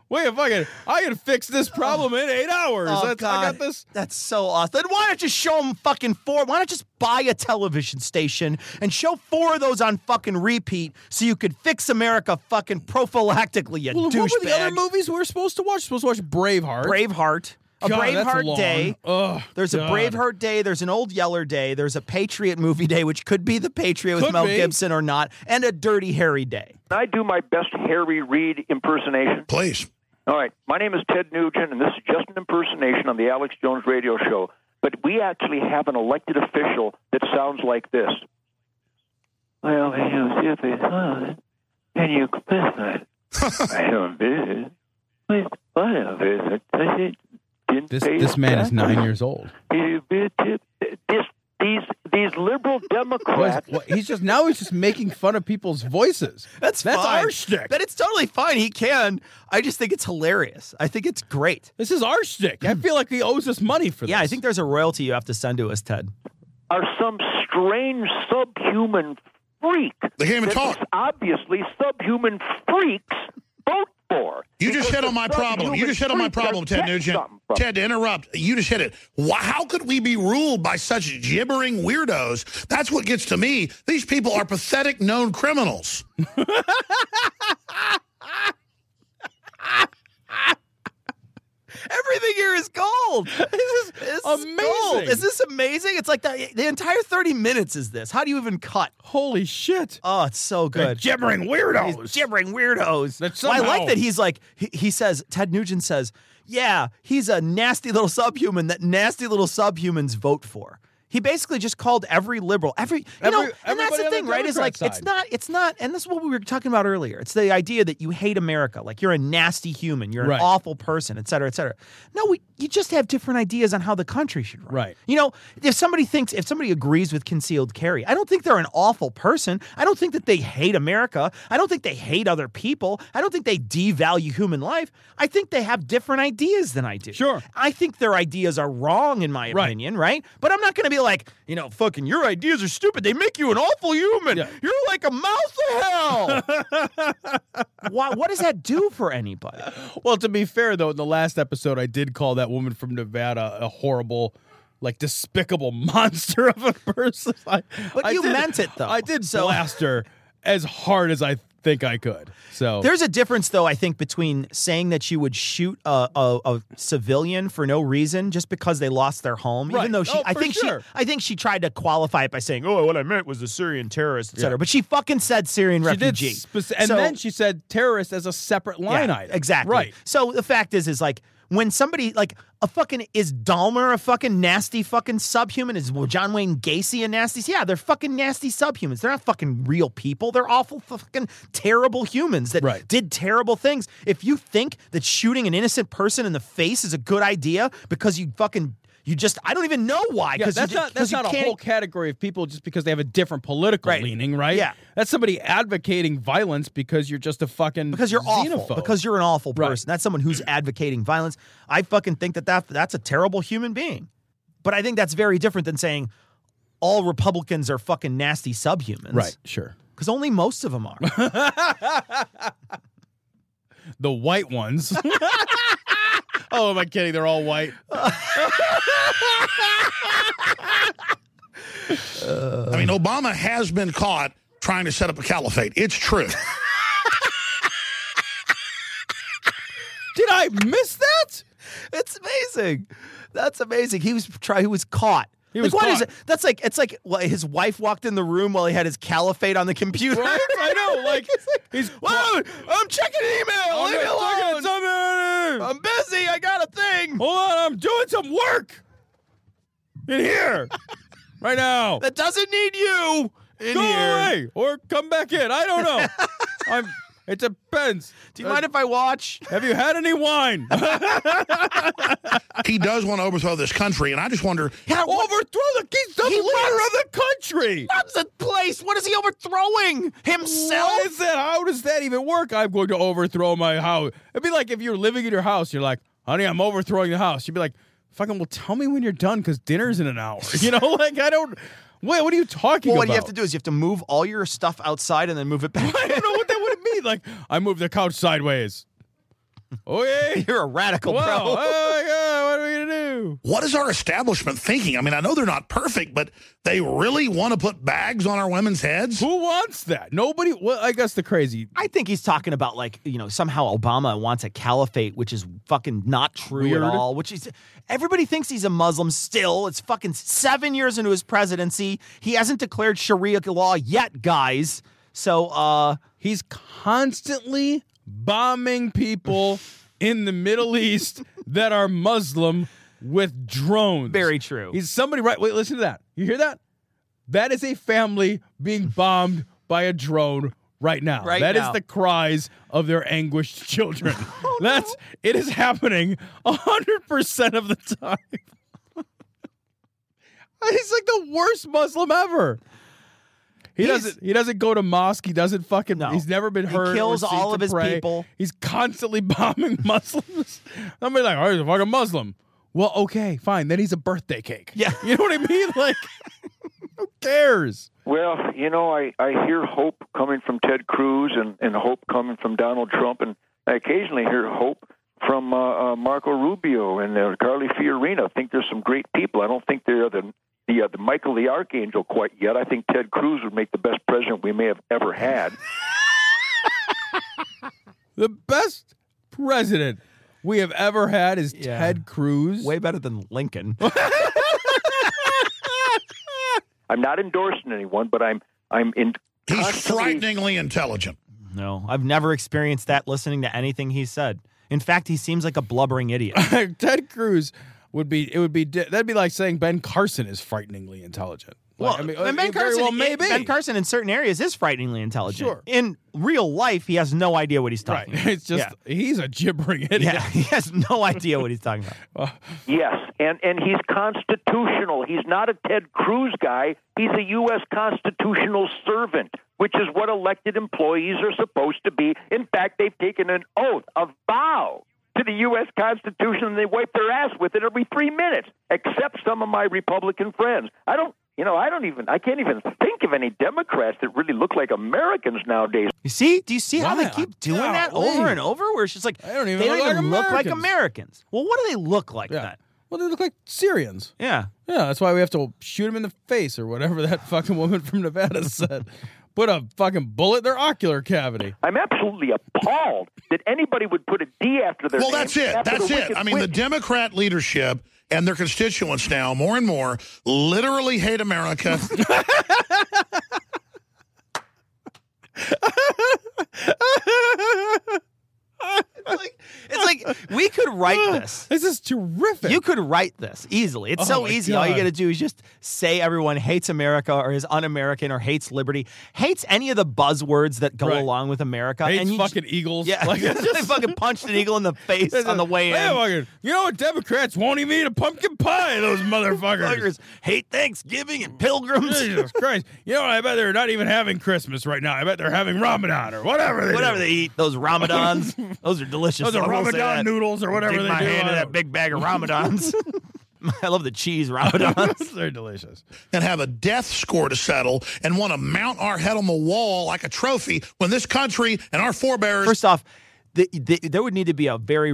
S2: Wait, if I can, I can fix this problem in eight hours.
S3: Oh,
S2: That's- I got
S3: God.
S2: this.
S3: That's so awesome. Then why not just show them fucking four? Why not just buy a television station and show four of those on fucking repeat so you could fix America fucking prophylactically, you
S2: Well,
S3: douchebag?
S2: what were the other movies we were supposed to watch? Supposed to watch Braveheart.
S3: Braveheart. A
S2: God, that's
S3: Braveheart
S2: long.
S3: Day.
S2: Ugh,
S3: There's
S2: God.
S3: a Braveheart Day. There's an Old Yeller Day. There's a Patriot Movie Day, which could be the Patriot with
S2: Could
S3: Mel
S2: be.
S3: Gibson or not, and a Dirty Harry Day.
S4: I do my best Harry Reid impersonation.
S5: Please.
S4: All right, my name is Ted Nugent, and this is just an impersonation on the Alex Jones radio show. But we actually have an elected official that sounds like this. Well, you know, if it's on, can you confess that? I don't believe it. Wait, what of it? I said, didn't
S2: This
S4: pay
S2: this man is
S4: taxes.
S2: nine years old.
S4: You bit it. This, these, these liberal
S2: What
S4: Democrats.
S2: is- what- he's just now he's just making fun of people's voices.
S3: That's
S2: that's
S3: fine.
S2: our shtick.
S3: But it's totally fine. He can. I just think it's hilarious. I think it's great.
S2: this is our shtick. I feel like he owes us money for this.
S3: Yeah, I think there's a royalty you have to send to us, Ted.
S4: are some strange subhuman freak.
S5: They can't even
S4: that
S5: talk.
S4: these Obviously, subhuman freaks vote for.
S5: You just
S4: Because
S5: hit on my
S4: the
S5: problem.
S4: subhuman
S5: You just hit on my
S4: freak does
S5: problem, Ted
S4: get
S5: Nugent.
S4: something from
S5: Ted, to interrupt, you just hit it. Why, how could we be ruled by such gibbering weirdos? That's what gets to me. These people are pathetic known criminals.
S3: Everything here is gold. This is
S2: amazing.
S3: gold. Is this amazing? It's like the, the entire 30 minutes is this. How do you even cut?
S2: Holy shit!
S3: Oh, it's so good.
S2: Gibbering
S3: These
S2: weirdos.
S3: gibbering weirdos.
S2: That
S3: Well, I
S2: somehow-
S3: like that he's like, he, he says, Ted Nugent says, yeah, he's a nasty little subhuman that nasty little subhumans vote for. He basically just called every liberal, every you
S2: Every-
S3: know, and that's
S2: everybody on
S3: the
S2: the
S3: thing, right? Is like
S2: Democrat
S3: it's
S2: side.
S3: not, it's not, and this is what we were talking about earlier. It's the idea that you hate America, like you're a nasty human, you're
S2: Right.
S3: an awful person, et cetera, et cetera. No, we, you just have different ideas on how the country should run.
S2: Right.
S3: You know, if somebody thinks, if somebody agrees with concealed carry, I don't think they're an awful person. I don't think that they hate America. I don't think they hate other people. I don't think they devalue human life. I think they have different ideas than I do.
S2: Sure.
S3: I think their ideas are wrong, in my
S2: Right.
S3: opinion, right? But I'm not going to be like, you know, fucking your ideas are stupid. They make you an awful human.
S2: Yeah.
S3: You're like a mouse of hell. Why, what does that do for anybody?
S2: Well, to be fair though, in the last episode, I did call that woman from Nevada a horrible. Like despicable monster of a person. I-
S3: But
S2: I
S3: you
S2: did-
S3: meant it, though.
S2: I did
S3: So-
S2: blast her as hard as I think I could. So
S3: There's a difference, though, I think, between saying that you would shoot a, a, a civilian for no reason just because they lost their home,
S2: Right.
S3: even though she,
S2: Oh,
S3: I
S2: for
S3: think
S2: sure.
S3: she, I think she tried to qualify it by saying, "Oh, what I meant was a Syrian terrorist, etc." But she fucking said Syrian
S2: She did
S3: refugee,
S2: speci- and
S3: So-
S2: then she said terrorist as a separate line
S3: Yeah,
S2: item.
S3: Exactly.
S2: Right.
S3: So the fact is, is like when somebody like a fucking is Dahmer a fucking nasty fucking subhuman? Is John Wayne Gacy a nasty? Yeah, they're fucking nasty subhumans. They're not fucking real people. They're awful fucking terrible humans that
S2: Right.
S3: did terrible things. If you think that shooting an innocent person in the face is a good idea because you fucking you just I don't even know why
S2: Yeah,
S3: because
S2: that's
S3: you, ju-
S2: not that's
S3: 'cause you
S2: not a
S3: can't-
S2: whole category of people just because they have a different political
S3: Right.
S2: leaning, right?
S3: Yeah.
S2: that's somebody advocating violence because you're just a fucking
S3: because you're awful.
S2: xenophobe.
S3: Because you're an awful
S2: Right.
S3: person. That's someone who's advocating violence. I fucking think that, that that's a terrible human being. But I think that's very different than saying all Republicans are fucking nasty subhumans.
S2: right, sure.
S3: Because only most of them are.
S2: The white ones. oh, am I kidding? They're all white.
S5: I mean, Obama has been caught trying to set up a caliphate. It's true.
S2: Did I miss that?
S3: it's amazing. That's amazing. He was try. He was caught.
S2: He
S3: like,
S2: was
S3: what is
S2: caught.
S3: it? That's like it's like well, his wife walked in the room while he had his caliphate on the computer.
S2: Right? I know. Like
S3: It's like,
S2: he's.
S3: Whoa! I'm checking an email.
S2: I'm
S3: Leave me
S2: not talking to
S3: alone.
S2: somebody! Um,
S3: I'm busy. I got a thing.
S2: Hold on, I'm doing some work in here right now.
S3: that doesn't need you in
S2: Go
S3: here.
S2: away or come back in. I don't know. I'm. It depends. Uh,
S3: Do you mind if I watch?
S2: Have you had any wine?
S5: he does want to overthrow this country, and I just wonder
S2: Overthrow the he's the
S3: He
S2: leader
S3: runs-
S2: of the country.
S3: That's the place. What is he overthrowing? Himself?
S2: What is that? How does that even work? I'm going to overthrow my house. It'd be like if you're living in your house, you're like, honey, I'm overthrowing the house. You'd be like, fucking, well, tell me when you're done because dinner's in an hour. You know, like I don't. Wait, what are you talking
S3: well,
S2: about?
S3: what you have to do is you have to move all your stuff outside and then move it back.
S2: I don't know what that would mean. Like, I moved the couch sideways. Oh yeah.
S3: You're a radical,
S2: wow.
S3: bro.
S2: Oh my god. What are we gonna do?
S5: what is our establishment thinking? I mean, I know they're not perfect, but they really want to put bags on our women's heads.
S2: Who wants that? Nobody. Well, I guess the crazy.
S3: I think he's talking about like you know somehow Obama wants a caliphate, which is fucking not true
S2: Weird.
S3: at all. Which is everybody thinks he's a Muslim still. It's fucking seven years into his presidency, he hasn't declared Sharia law yet, guys. So uh,
S2: He's constantly bombing people in the Middle East that are Muslim with drones.
S3: very true.
S2: He's somebody right. Wait, listen to that. You hear that? That is a family being bombed by a drone right now.
S3: Right
S2: That is
S3: now. Oh,
S2: the cries of their anguished children. That's it is happening hundred percent of the time. He's like the worst Muslim ever. He
S3: He's-
S2: doesn't. He doesn't go to mosque. He doesn't fucking.
S3: No.
S2: He's never been
S3: He
S2: heard. or
S3: kills
S2: seen
S3: all
S2: to
S3: of his
S2: pray.
S3: people.
S2: He's constantly bombing Muslims. Somebody like, oh, he's a fucking Muslim. Well, okay, fine. Then he's a birthday cake.
S3: Yeah.
S2: you know what I mean. Like, who cares?
S4: Well, you know, I, I hear hope coming from Ted Cruz and, and hope coming from Donald Trump, and I occasionally hear hope from uh, uh, Marco Rubio and uh, Carly Fiorina. I think there's some great people. I don't think they're the the, uh, the Michael the Archangel quite yet. I think Ted Cruz would make the best president we may have ever had.
S2: The best president we have ever had is
S3: Yeah.
S2: Ted Cruz.
S3: Way better than Lincoln.
S4: I'm not endorsing anyone, but I'm I'm in.
S5: He's
S4: constantly-
S5: frighteningly intelligent.
S3: No, I've never experienced that listening to anything he said. In fact, he seems like a blubbering idiot.
S2: Ted Cruz would be. It would be. di- That'd be like saying Ben Carson is frighteningly intelligent. Like,
S3: uh,
S2: uh,
S3: and
S2: very well, maybe
S3: Ben Carson in certain areas is frighteningly intelligent.
S2: Sure.
S3: In real life, he has no idea what he's
S2: Right.
S3: talking about.
S2: It's just he's a gibbering idiot.
S3: Yeah, he has no idea what he's talking about.
S4: Yes, and and he's constitutional. He's not a Ted Cruz guy. He's a U.S. constitutional servant, which is what elected employees are supposed to be. In fact, they've taken an oath, a vow to the U.S. Constitution, and they wipe their ass with it every three minutes. Except some of my Republican friends. I don't. You know, I don't even, I can't even think of any Democrats that really look like Americans nowadays.
S3: You see? Do you see how they
S2: Wow.
S3: keep doing that
S2: Golly.
S3: over and over? Where it's just like
S2: I don't even
S3: they
S2: look
S3: don't
S2: like
S3: even look like
S2: Americans.
S3: Americans. Well, what do they look like
S2: Yeah.
S3: then?
S2: Well, they look like Syrians.
S3: Yeah.
S2: Yeah, that's why we have to shoot him in the face or whatever that fucking woman from Nevada said. Put a fucking bullet in their ocular cavity.
S4: I'm absolutely appalled that anybody would put a D after their
S5: Well,
S4: name.
S5: that's it.
S4: after the
S5: That's it.
S4: wicked
S5: I mean, the
S4: witch.
S5: Democrat leadership and their constituents now, more and more, literally hate America.
S3: like, it's like we could write this.
S2: This is terrific.
S3: You could write this easily. It's
S2: Oh
S3: so
S2: my
S3: easy. All you
S2: God.
S3: got to do is just say everyone hates America or is un-American or hates liberty, hates any of the buzzwords that go
S2: Right.
S3: along with America.
S2: hates
S3: and you
S2: fucking eagles.
S3: Just, yeah,
S2: Like, it's
S3: they
S2: just-
S3: fucking punched an eagle in the face on the way in.
S2: Yeah, fucking- you know what? Democrats won't even eat a pumpkin pie. Those motherfuckers.
S3: Fuckers hate Thanksgiving and pilgrims.
S2: Jesus Christ! You know what? I bet they're not even having Christmas right now. I bet they're having Ramadan or whatever. They
S3: Whatever
S2: do.
S3: they eat, those Ramadans, those are delicious.
S2: Those
S3: I
S2: are
S3: will say that.
S2: Ramadan noodles or whatever
S3: Dig
S2: they
S3: my
S2: do.
S3: hand
S2: I
S3: in that
S2: don't-
S3: big bag of Ramadans. I love the cheese Ramadans.
S2: They're delicious.
S5: and have a death score to settle and want to mount our head on the wall like a trophy when this country and our forebears
S3: First off, the, the, there would need to be a very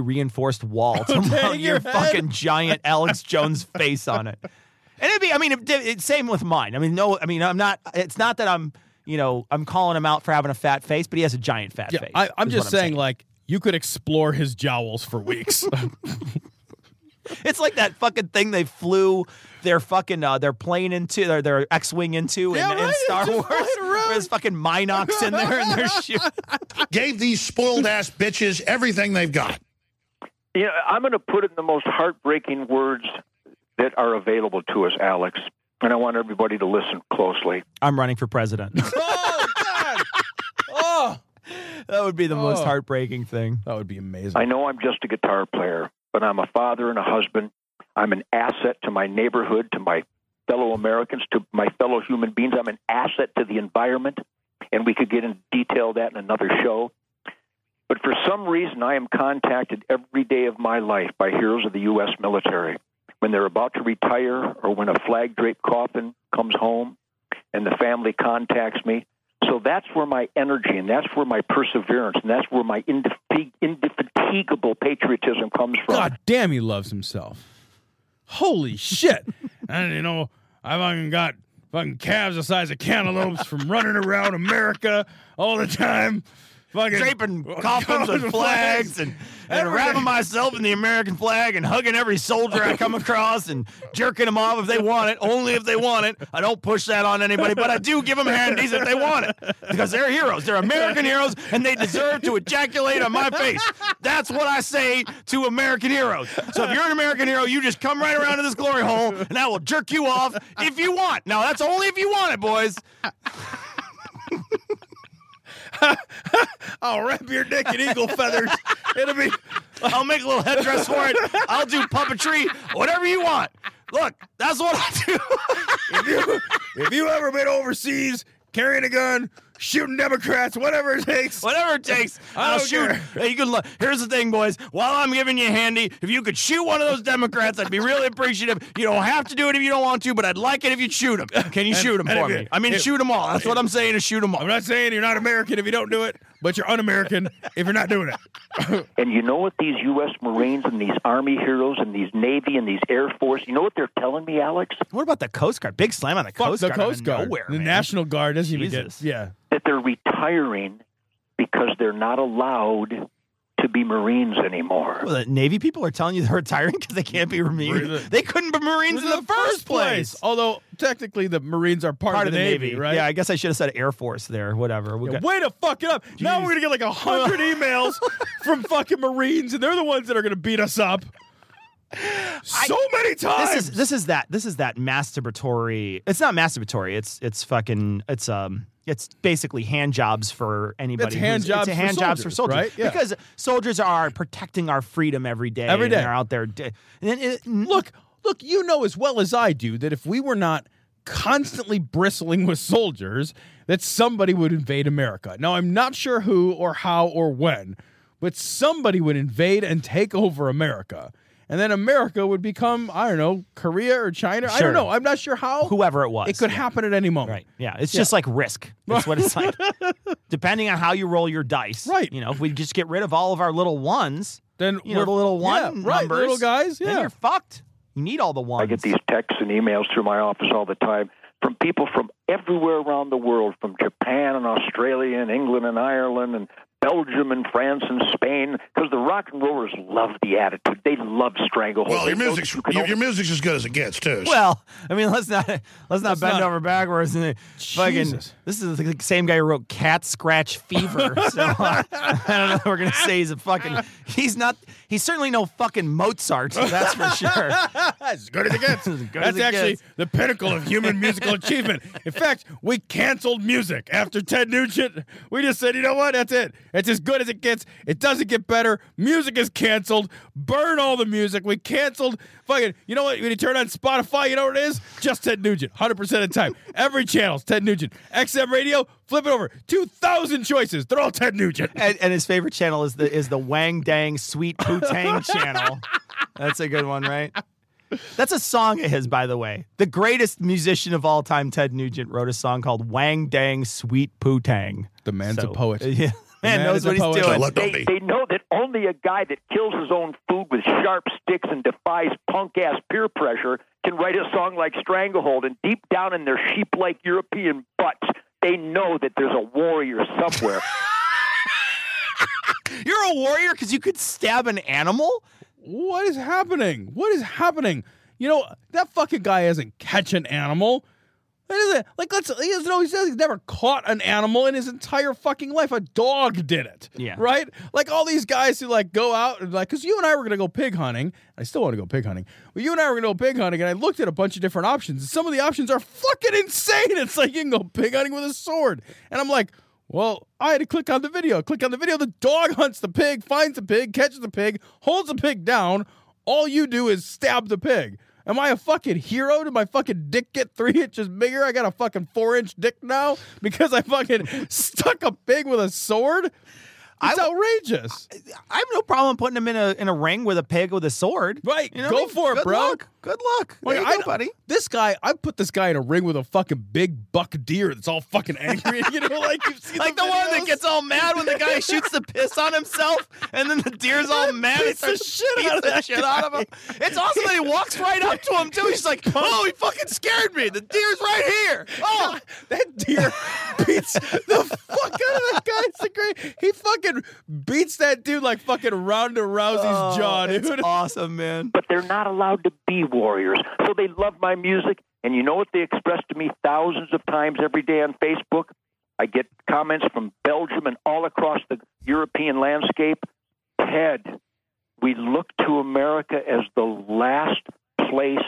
S3: reinforced wall to mount
S2: Oh, your
S3: your
S2: head.
S3: fucking giant Alex Jones face on it. And it'd be, I mean, it, it, same with mine. I mean, no, I mean, I'm not, it's not that I'm, you know, I'm calling him out for having a fat face, but he has a giant fat
S2: Yeah,
S3: face.
S2: I, I'm
S3: is
S2: just
S3: what
S2: saying, like, you could explore his jowls for weeks.
S3: It's like that fucking thing they flew their fucking uh, their plane into their their X wing into in,
S2: Yeah,
S3: in
S2: right, it's
S3: Star
S2: just
S3: Wars.
S2: flying around.
S3: There's fucking Minox in there and their shoe.
S5: gave these spoiled ass bitches everything they've got.
S4: You know, I'm going to put it in the most heartbreaking words that are available to us, Alex. And I want everybody to listen closely.
S3: I'm running for president.
S2: oh God! Oh,
S3: that would be the most
S2: Oh.
S3: heartbreaking thing.
S2: that would be amazing.
S4: I know I'm just a guitar player, but I'm a father and a husband. I'm an asset to my neighborhood, to my fellow Americans, to my fellow human beings. I'm an asset to the environment. And we could get into detail that in another show. But for some reason, I am contacted every day of my life by heroes of the U.S. military when they're about to retire or when a flag draped coffin comes home and the family contacts me. So that's where my energy and that's where my perseverance and that's where my indefatig- indefatigable patriotism comes from.
S2: God damn, he loves himself. Holy shit! and you know, I fucking got fucking calves the size of cantaloupes from running around America all the time. Fucking
S3: Draping coffins with flags and, and
S2: Everything.
S3: wrapping myself in the American flag and hugging every soldier I come across and jerking them off if they want it, only if they want it. I don't push that on anybody, but I do give them handies if they want it because they're heroes. They're American heroes and they deserve to ejaculate on my face. That's what I say to American heroes. So if you're an American hero, you just come right around to this glory hole and I will jerk you off if you want. Now, that's only if you want it, boys.
S2: I'll Oh, wrap your dick in eagle feathers. It'll be
S3: I'll make a little headdress for it. I'll do puppetry, whatever you want. Look, that's what I do.
S2: if you if you ever been overseas carrying a gun, shooting Democrats, whatever it takes.
S3: whatever it takes.
S2: I
S3: I'll
S2: don't
S3: shoot.
S2: care.
S3: Hey, You can look. Here's the thing, boys. While I'm giving you a handy, if you could shoot one of those Democrats, I'd be really appreciative. You don't have to do it if you don't want to, but I'd like it if you'd shoot them. Can you
S2: And-
S3: shoot them
S2: and
S3: for
S2: if
S3: me?
S2: you-
S3: I mean,
S2: if-
S3: shoot them all. That's what I'm saying is shoot them all.
S2: I'm not saying you're not American if you don't do it, but you're un-American if you're not doing it.
S4: And you know what these U.S. Marines and these Army heroes and these Navy and these Air Force, you know what they're telling me, Alex?
S3: What about the Coast Guard? Big slam on the
S2: Fuck
S3: Coast
S2: the
S3: Guard. out of
S2: Coast Guard.
S3: Nowhere,
S2: the
S3: man.
S2: National Guard doesn't even
S3: Jesus.
S2: get. Yeah.
S4: That they're retiring because they're not allowed to be Marines anymore.
S3: Well, the Navy people are telling you they're retiring because they can't be Marines.
S2: Really?
S3: They couldn't be Marines in the first place.
S2: Although technically the Marines are part,
S3: part
S2: of the Navy, right?
S3: Yeah, I guess I should have said Air Force there. Whatever. We'll
S2: Yeah,
S3: get-
S2: Way to fuck it up. Now
S3: Jeez.
S2: we're gonna get like a hundred emails from fucking Marines, and they're the ones that are gonna beat us up. So many times.
S3: this is this is that this is that masturbatory. It's not masturbatory. It's it's fucking it's um it's basically hand jobs for anybody.
S2: It's hand
S3: who's-
S2: jobs
S3: it's
S2: for
S3: hand jobs for
S2: soldiers,
S3: soldiers,
S2: right? Yeah.
S3: Because soldiers are protecting our freedom every day.
S2: Every
S3: and
S2: day.
S3: they're out there. d- And then it,
S2: look, look, you know as well as I do that if we were not constantly bristling with soldiers, that somebody would invade America. Now, I'm not sure who or how or when, but somebody would invade and take over America. And then America would become, I don't know, Korea or China. I
S3: Sure.
S2: don't know. I'm not sure how.
S3: whoever it was,
S2: It could
S3: yeah.
S2: happen at any moment.
S3: Right. Yeah. It's just like risk. That's what it's like. Depending on how you roll your dice.
S2: Right.
S3: You know, if we just get rid of all of our little ones,
S2: Then
S3: you know,
S2: we're-
S3: the little one
S2: yeah,
S3: numbers,
S2: right, little guys,
S3: then
S2: yeah.
S3: you're fucked. You need all the ones.
S4: I get these texts and emails through my office all the time from people from everywhere around the world, from Japan and Australia and England and Ireland and Belgium and France and Spain because the rock and rollers love the attitude. They love stranglehold.
S5: Well, your
S4: Oh, They know
S5: music's
S4: that you can
S5: your,
S4: only-
S5: your music's as good as it gets too.
S3: Well, I mean, let's not let's not bend
S2: not-
S3: over backwards and fucking.
S2: Jesus.
S3: This is the same guy who wrote Cat Scratch Fever. so uh, I don't know. If we're gonna say he's a fucking. He's not. He's certainly no fucking Mozart. That's for sure.
S2: As good as it gets.
S3: As good as
S2: That's
S3: it
S2: actually
S3: gets.
S2: the pinnacle of human musical achievement. In fact, we canceled music after Ted Nugent. We just said, you know what? That's it. It's as good as it gets. It doesn't get better. Music is canceled. Burn all the music. We canceled fucking. You know what? When you turn on Spotify, you know what it is? Just Ted Nugent. 100% of the time. Every channel's Ted Nugent. XM radio, flip it over. 2,000 choices. They're all Ted Nugent.
S3: And, and his favorite channel is the is the Wang Dang Sweet Putang channel. That's a good one, right? That's a song of his, by the way. The greatest musician of all time, Ted Nugent, wrote a song called Wang Dang Sweet Putang.
S2: The man's a
S3: So-
S2: poet.
S3: Yeah, man,
S2: man
S3: knows
S2: is a
S3: what he's
S2: poet.
S5: So
S3: doing.
S5: let them
S4: They,
S5: be.
S4: they know that only a guy that kills his own food with sharp sticks and defies punk ass peer pressure can write a song like Stranglehold. And deep down in their sheep like European butts, they know that there's a warrior somewhere.
S3: You're a warrior because you could stab an animal.
S2: What is happening? What is happening? You know that fucking guy hasn't catch an animal. That is it. Like let's he doesn't know he says he's never caught an animal in his entire fucking life. A dog did it.
S3: Yeah.
S2: Right? Like all these guys who like go out and like cause you and I were gonna go pig hunting. I still want to go pig hunting. But you and I were gonna go pig hunting and I looked at a bunch of different options. And some of the options are fucking insane. It's like you can go pig hunting with a sword. And I'm like, well, I had to click on the video. Click on the video. The dog hunts the pig, finds the pig, catches the pig, holds the pig down. All you do is stab the pig. Am I a fucking hero? Did my fucking dick get three inches bigger? I got a fucking four inch dick now because I fucking stuck a pig with a sword? It's outrageous.
S3: I have no problem putting him in a in a ring with a pig with a sword.
S2: Right,
S3: You know
S2: go
S3: what I mean?
S2: for it,
S3: Good
S2: bro.
S3: Luck. Good luck. There you
S2: I-
S3: go, buddy.
S2: This guy, I put this guy in a ring with a fucking big buck deer that's all fucking angry. you know, like you've seen
S3: Like the, one that
S2: videos?
S3: gets all mad when the guy shoots the piss on himself, and then the deer's all mad. and
S2: beats the
S3: starts to
S2: shit
S3: beat
S2: out of
S3: the
S2: that
S3: shit out of him. It's awesome that he walks right up to him too. He's like, "Oh, he fucking scared me. The deer's right here." Oh,
S2: That deer beats the fuck out of that guy. It's the great. He fucking beats that dude like fucking Ronda Rousey's jaw,
S3: Oh, it's
S2: dude.
S3: awesome, man.
S4: but they're not allowed to be warriors. So they love my music. And you know what they express to me thousands of times every day on Facebook? I get comments from Belgium and all across the European landscape. Ted, we look to America as the last place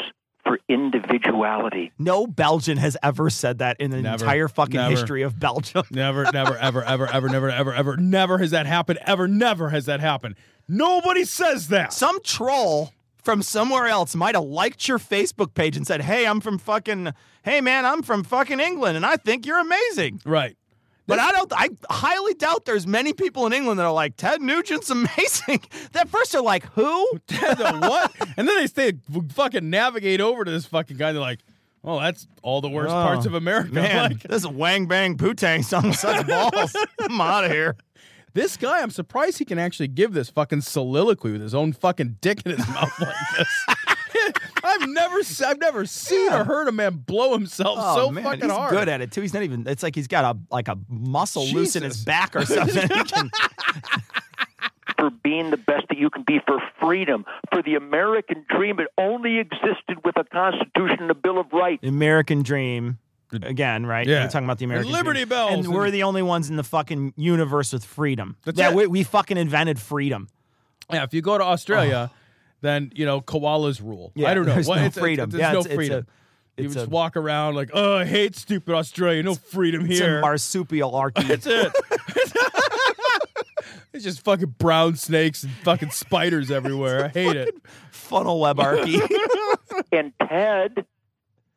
S4: for individuality.
S3: No Belgian has ever said that in the
S2: Never.
S3: entire fucking
S2: Never.
S3: history of Belgium.
S2: Never, never, ever, ever, ever, never, ever, ever, never has that happened. Ever, never has that happened. Nobody says that.
S3: some troll from somewhere else might have liked your Facebook page and said, "Hey, I'm from fucking Hey man, I'm from fucking England and I think you're amazing."
S2: right.
S3: But I don't I highly doubt there's many people in England that are like, "Ted Nugent's amazing." That first they're like, "Who?"
S2: the what? And then they stay fucking navigate over to this fucking guy. They're like, oh, that's all the worst
S3: Oh,
S2: parts of America.
S3: Man,
S2: Like,
S3: this is Wang Bang Putang song sucks balls. I'm out of here.
S2: this guy, I'm surprised he can actually give this fucking soliloquy with his own fucking dick in his mouth like this. I've never, s- I've never seen or heard a man blow himself so
S3: Oh, man,
S2: fucking
S3: he's
S2: hard.
S3: good at it too. He's not even. It's like he's got a like a muscle loose in his
S2: Jesus.
S3: back or something. He can-
S4: for being the best that you can be, for freedom, for the American dream. It only existed with a Constitution and a Bill of Rights.
S3: American Dream. Again, right?
S2: Yeah.
S3: We're talking about the American
S2: Liberty
S3: Dream.
S2: bells
S3: and,
S2: and-
S3: we're the only ones in the fucking universe with freedom.
S2: That's
S3: yeah,
S2: it.
S3: we, we fucking invented freedom.
S2: Yeah, if you go to Australia, then you know koalas rule.
S3: Yeah,
S2: I don't know.
S3: there's
S2: What-
S3: no
S2: it's, it's-
S3: freedom.
S2: There's
S3: Yeah,
S2: no
S3: it's- it's
S2: freedom.
S3: a-
S2: you
S3: it's
S2: just
S3: a-
S2: walk around like, oh, I hate stupid Australia. No freedom
S3: It's a
S2: here.
S3: marsupial archy.
S2: That's it. it's just fucking brown snakes and fucking spiders everywhere. I hate it.
S3: funnel web archy.
S4: And Ted,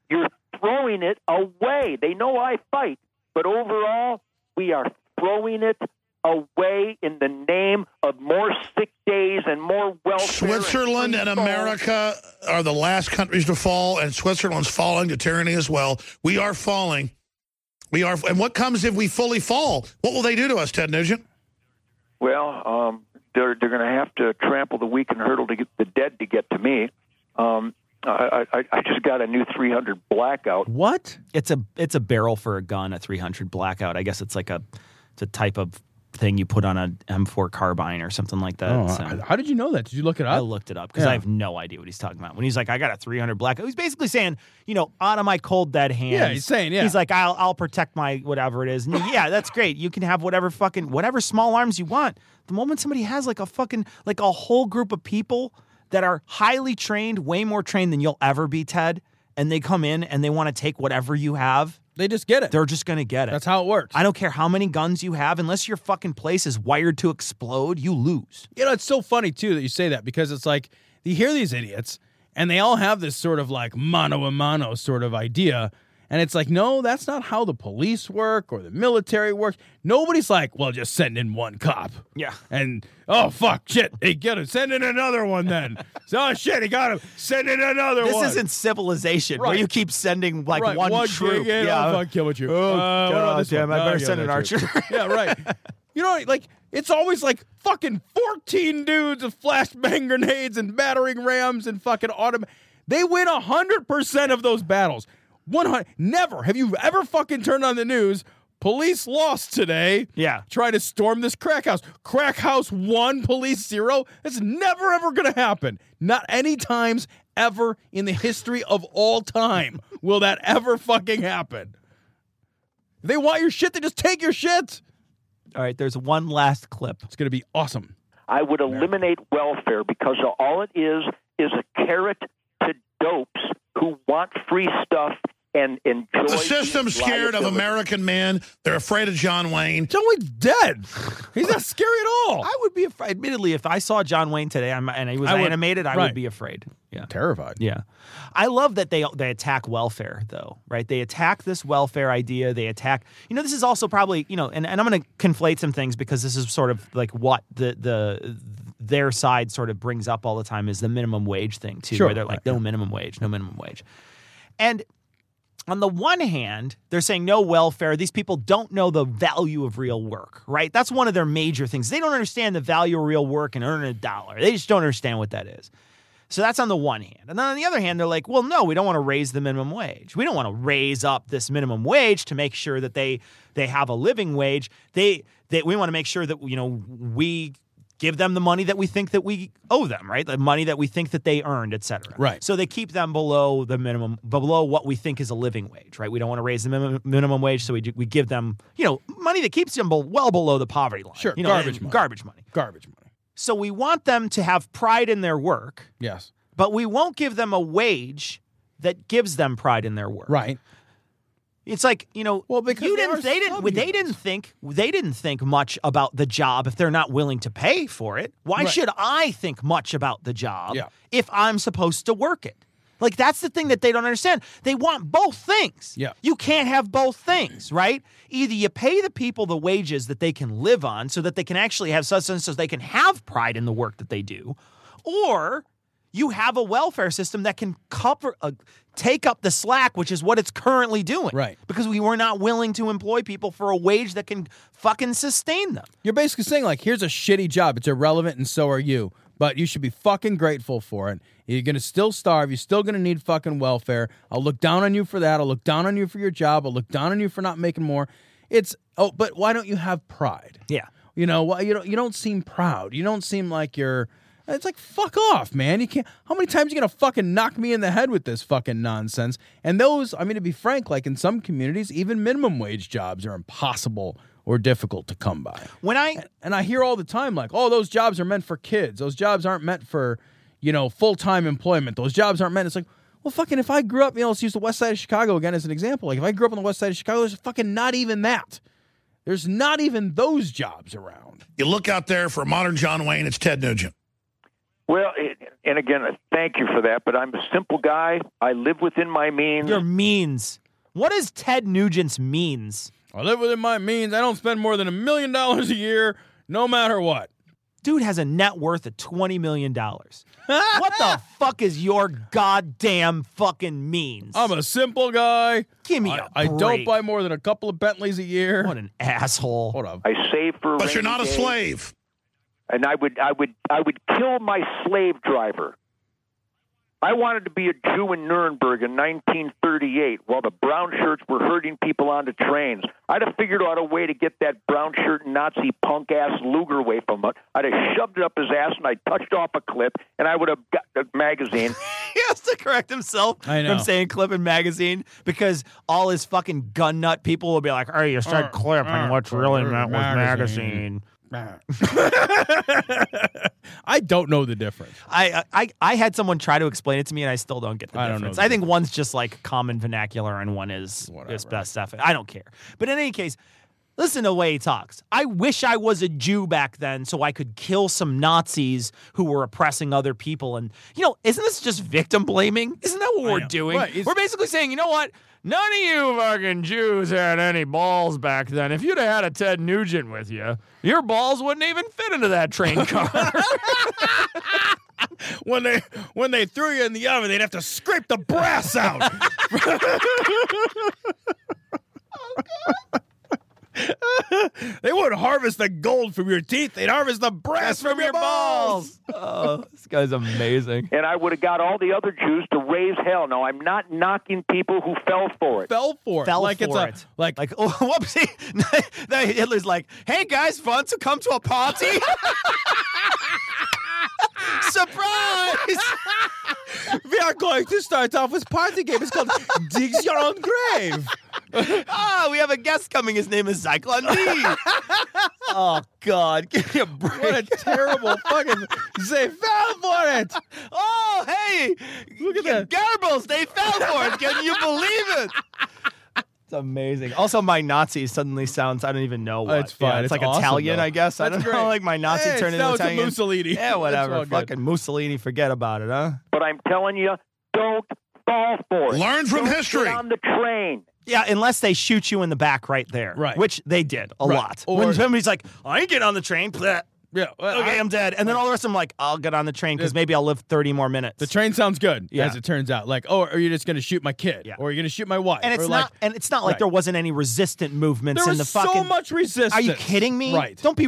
S4: you're throwing it away. They know I fight, but overall, we are throwing it away in the name of more sick days and more welfare. and
S5: Switzerland
S4: free
S5: and
S4: fall.
S5: America are the last countries to fall, and Switzerland's falling to tyranny as well. We are falling. We are. And what comes if we fully fall? What will they do to us, Ted Nugent?
S4: Well, um, they're they're going to have to trample the weak and hurdle to get the dead to get to me. Um, I, I I just got a new 300 blackout.
S2: What?
S3: it's a it's a barrel for a gun, a 300 blackout. I guess it's like a it's a type of thing you put on a M4 carbine or something like that.
S2: Oh,
S3: so.
S2: I- how did you know that? Did you look it
S3: I
S2: up?
S3: looked it up because
S2: Yeah.
S3: I have no idea what he's talking about. When he's like, I got a 300 black, he's basically saying, you know, out of my cold dead hands.
S2: Yeah, he's saying, yeah.
S3: He's like, I'll, I'll protect my whatever it is. And yeah, that's great. You can have whatever fucking, whatever small arms you want. The moment somebody has like a fucking, like a whole group of people that are highly trained, way more trained than you'll ever be, Ted, and they come in and they want to take whatever you have,
S2: they just get it.
S3: they're just going to get it.
S2: That's how it works.
S3: I don't care how many guns you have, unless your fucking place is wired to explode, you lose.
S2: you know, it's so funny too that you say that because it's like you hear these idiots and they all have this sort of like mano a mano sort of idea. And it's like, no, that's not how the police work or the military works. Nobody's like, well, just send in one cop.
S3: Yeah.
S2: And oh fuck, shit, he got him. Send in another one then. oh shit, he got him. Send in another
S3: This
S2: one.
S3: isn't civilization where
S2: Right.
S3: you keep sending like
S2: right,
S3: one, troop.
S2: king, and I'll fucking kill with you. Uh,
S3: Oh,
S2: what about
S3: God
S2: this
S3: damn,
S2: one?
S3: I
S2: No,
S3: better
S2: yeah,
S3: send an
S2: that's
S3: archer.
S2: true. yeah, right. You know, like it's always like fucking fourteen dudes with flashbang grenades and battering rams and fucking autom. They win hundred percent of those battles. One hundred. Never have you ever fucking turned on the news. Police lost today.
S3: Yeah.
S2: Trying to storm this crack house. Crack house one, police zero. That's never ever going to happen. Not any times ever in the history of all time will that ever fucking happen. They want your shit, they just take your shit.
S3: All right, there's one last clip.
S2: It's going to be awesome.
S4: I would eliminate welfare because all it is is a carrot to dopes who want free stuff and enjoy
S5: The system's scared of
S4: liability.
S5: American men. They're afraid of John Wayne.
S2: John Wayne's dead. He's not scary at all.
S3: I would be afraid. Admittedly, if I saw John Wayne today I'm, and he was
S2: I would-
S3: animated, I
S2: right.
S3: would be afraid. Yeah.
S2: terrified.
S3: Yeah. I love that they they attack welfare though, right? They attack this welfare idea. They attack you know, this is also probably, you know, and, and I'm gonna conflate some things because this is sort of like what the the their side sort of brings up all the time is the minimum wage thing too,
S2: Sure.
S3: where they're like, no minimum wage, no minimum wage. And on the one hand, they're saying no welfare. These people don't know the value of real work, right? That's one of their major things. They don't understand the value of real work and earning a dollar. They just don't understand what that is. So that's on the one hand. And then on the other hand, they're like, well, no, we don't want to raise the minimum wage. We don't want to raise up this minimum wage to make sure that they they have a living wage. They that we want to make sure that you know we give them the money that we think that we owe them, right? The money that we think that they earned, et cetera.
S2: Right.
S3: So they keep them below the minimum, below what we think is a living wage, right? We don't want to raise the minimum, minimum wage, so we do, we give them, you know, money that keeps them be- well below the poverty line.
S2: Sure,
S3: you know,
S2: garbage
S3: and
S2: money.
S3: Garbage money.
S2: Garbage money.
S3: So we want them to have pride in their work
S2: Yes.
S3: but we won't give them a wage that gives them pride in their work.
S2: Right.
S3: It's like you know,
S2: Well, because
S3: you
S2: they
S3: didn't,
S2: are
S3: they didn't, they didn't think, they didn't think much about the job if they're not willing to pay for it. Why
S2: Right.
S3: should I think much about the job
S2: Yeah.
S3: if I'm supposed to work it? Like that's the thing that they don't understand. They want both things.
S2: Yeah.
S3: You can't have both things, right? Either you pay the people the wages that they can live on so that they can actually have sustenance so they can have pride in the work that they do, or you have a welfare system that can cover uh, take up the slack, which is what it's currently doing.
S2: Right.
S3: Because we were not willing to employ people for a wage that can fucking sustain them.
S2: You're basically saying like, here's a shitty job. It's irrelevant, and so are you. But you should be fucking grateful for it. You're gonna still starve. You're still gonna need fucking welfare. I'll look down on you for that. I'll look down on you for your job. I'll look down on you for not making more. It's oh, but why don't you have pride?
S3: Yeah.
S2: You know, why you don't you don't seem proud. You don't seem like you're. It's like fuck off, man. You can't. How many times you gonna fucking knock me in the head with this fucking nonsense? And those, I mean, to be frank, like in some communities, even minimum wage jobs are impossible or difficult to come by
S3: When I
S2: and I hear all the time like, "Oh, those jobs are meant for kids. Those jobs aren't meant for, you know, full-time employment. Those jobs aren't meant." It's like, "Well, fucking if I grew up, you know, let's use the west side of Chicago again as an example. Like if I grew up on the west side of Chicago, there's fucking not even that. There's not even those jobs around."
S5: You look out there for modern John Wayne, it's Ted Nugent.
S4: Well, it, and again, thank you for that. But I'm a simple guy. I live within my means.
S3: your means, what is Ted Nugent's means?
S2: I live within my means. I don't spend more than a million dollars a year no matter what.
S3: Dude has a net worth of twenty million dollars. what the fuck is your goddamn fucking means?
S2: I'm a simple guy.
S3: Give me
S2: I,
S3: a
S2: I don't
S3: break.
S2: buy more than a couple of Bentleys a year.
S3: what an asshole.
S2: Hold up.
S4: I save for. a
S5: But you're
S4: rainy
S5: not a
S4: day,
S5: slave.
S4: And I would, I would, I would kill my slave driver. I wanted to be a Jew in Nuremberg in 1938 while the brown shirts were herding people onto trains. I'd have figured out a way to get that brown shirt Nazi punk ass Luger away from it. I'd have shoved it up his ass and I touched off a clip and I would have got the magazine.
S3: he has to correct himself
S2: I know.
S3: from saying clip and magazine because all his fucking gun nut people will be like, "Hey, you said
S2: Uh,
S3: clip, and
S2: uh,
S3: what's really
S2: clip
S3: meant
S2: and
S3: was
S2: magazine."
S3: magazine."
S2: I don't know the difference.
S3: I, uh, I I had someone try to explain it to me, and I still don't get the
S2: I don't know
S3: difference.
S2: the
S3: I think one's just like common vernacular, and one is is
S2: Whatever.
S3: best effort. I don't care. But in any case, listen to the way he talks. I wish I was a Jew back then, so I could kill some Nazis who were oppressing other people. And you know, isn't this just victim blaming? Isn't that what
S2: I
S3: we're
S2: know.
S3: doing?
S2: Right, it's-
S3: We're basically saying, you know what? None of you fucking Jews had any balls back then. If you'd have had a Ted Nugent with you, your balls wouldn't even fit into that train car.
S2: When they when they threw you in the oven, they'd have to scrape the brass out. they wouldn't harvest the gold from your teeth; they'd harvest the brass from, your balls.
S3: oh, this guy's amazing.
S4: and I would have got all the other Jews to raise hell. Now, I'm not knocking people who fell for it.
S2: Fell for it,
S3: Fell
S2: like
S3: for
S2: it's a
S3: it.
S2: like
S3: Like, oh, whoopsie. Now Hitler's like, hey guys, want to come to a party? Surprise!
S2: we are going to start off with party game. It's called digs your own grave.
S3: Ah, we have a guest coming. His name is Zyklon D. oh, God. Give me a break.
S2: What a terrible fucking. They fell for it.
S3: Oh, hey!
S2: Look at that.
S3: Goebbels, they fell for it. Can you believe it? It's amazing. Also, my Nazi suddenly sounds, I don't even know what.
S2: Uh, It's fine.
S3: Yeah, it's,
S2: It's
S3: like
S2: awesome,
S3: Italian,
S2: though.
S3: I guess. I
S2: That's
S3: don't
S2: great.
S3: know. Like my Nazi
S2: Hey, it
S3: turned into
S2: sounds to
S3: Italian.
S2: Mussolini.
S3: Yeah,
S2: It's all
S3: whatever.
S2: good.
S3: Fucking Mussolini. Forget about it, huh?
S4: But I'm telling you, don't fall for it.
S5: Learn from
S4: Don't get
S5: history.
S4: on the train.
S3: Yeah, unless they shoot you in the back right there.
S2: Right.
S3: Which they did a
S2: Right.
S3: lot.
S2: Or-
S3: when somebody's like, I ain't getting on the train. bleh,
S2: Yeah. well,
S3: Okay,
S2: I-
S3: I'm dead. And then all the rest of them like, I'll get on the train because maybe I'll live 30 more minutes.
S2: The train sounds good,
S3: Yeah.
S2: as it turns out. Like, oh, are you just gonna shoot my kid?
S3: Yeah.
S2: Or are you gonna shoot my wife?
S3: and it's
S2: or
S3: not
S2: like,
S3: and it's not like
S2: Right.
S3: there wasn't any resistant movements
S2: there
S3: in
S2: was
S3: the
S2: so
S3: fucking
S2: much resistance.
S3: Are you kidding me?
S2: Right.
S3: Don't be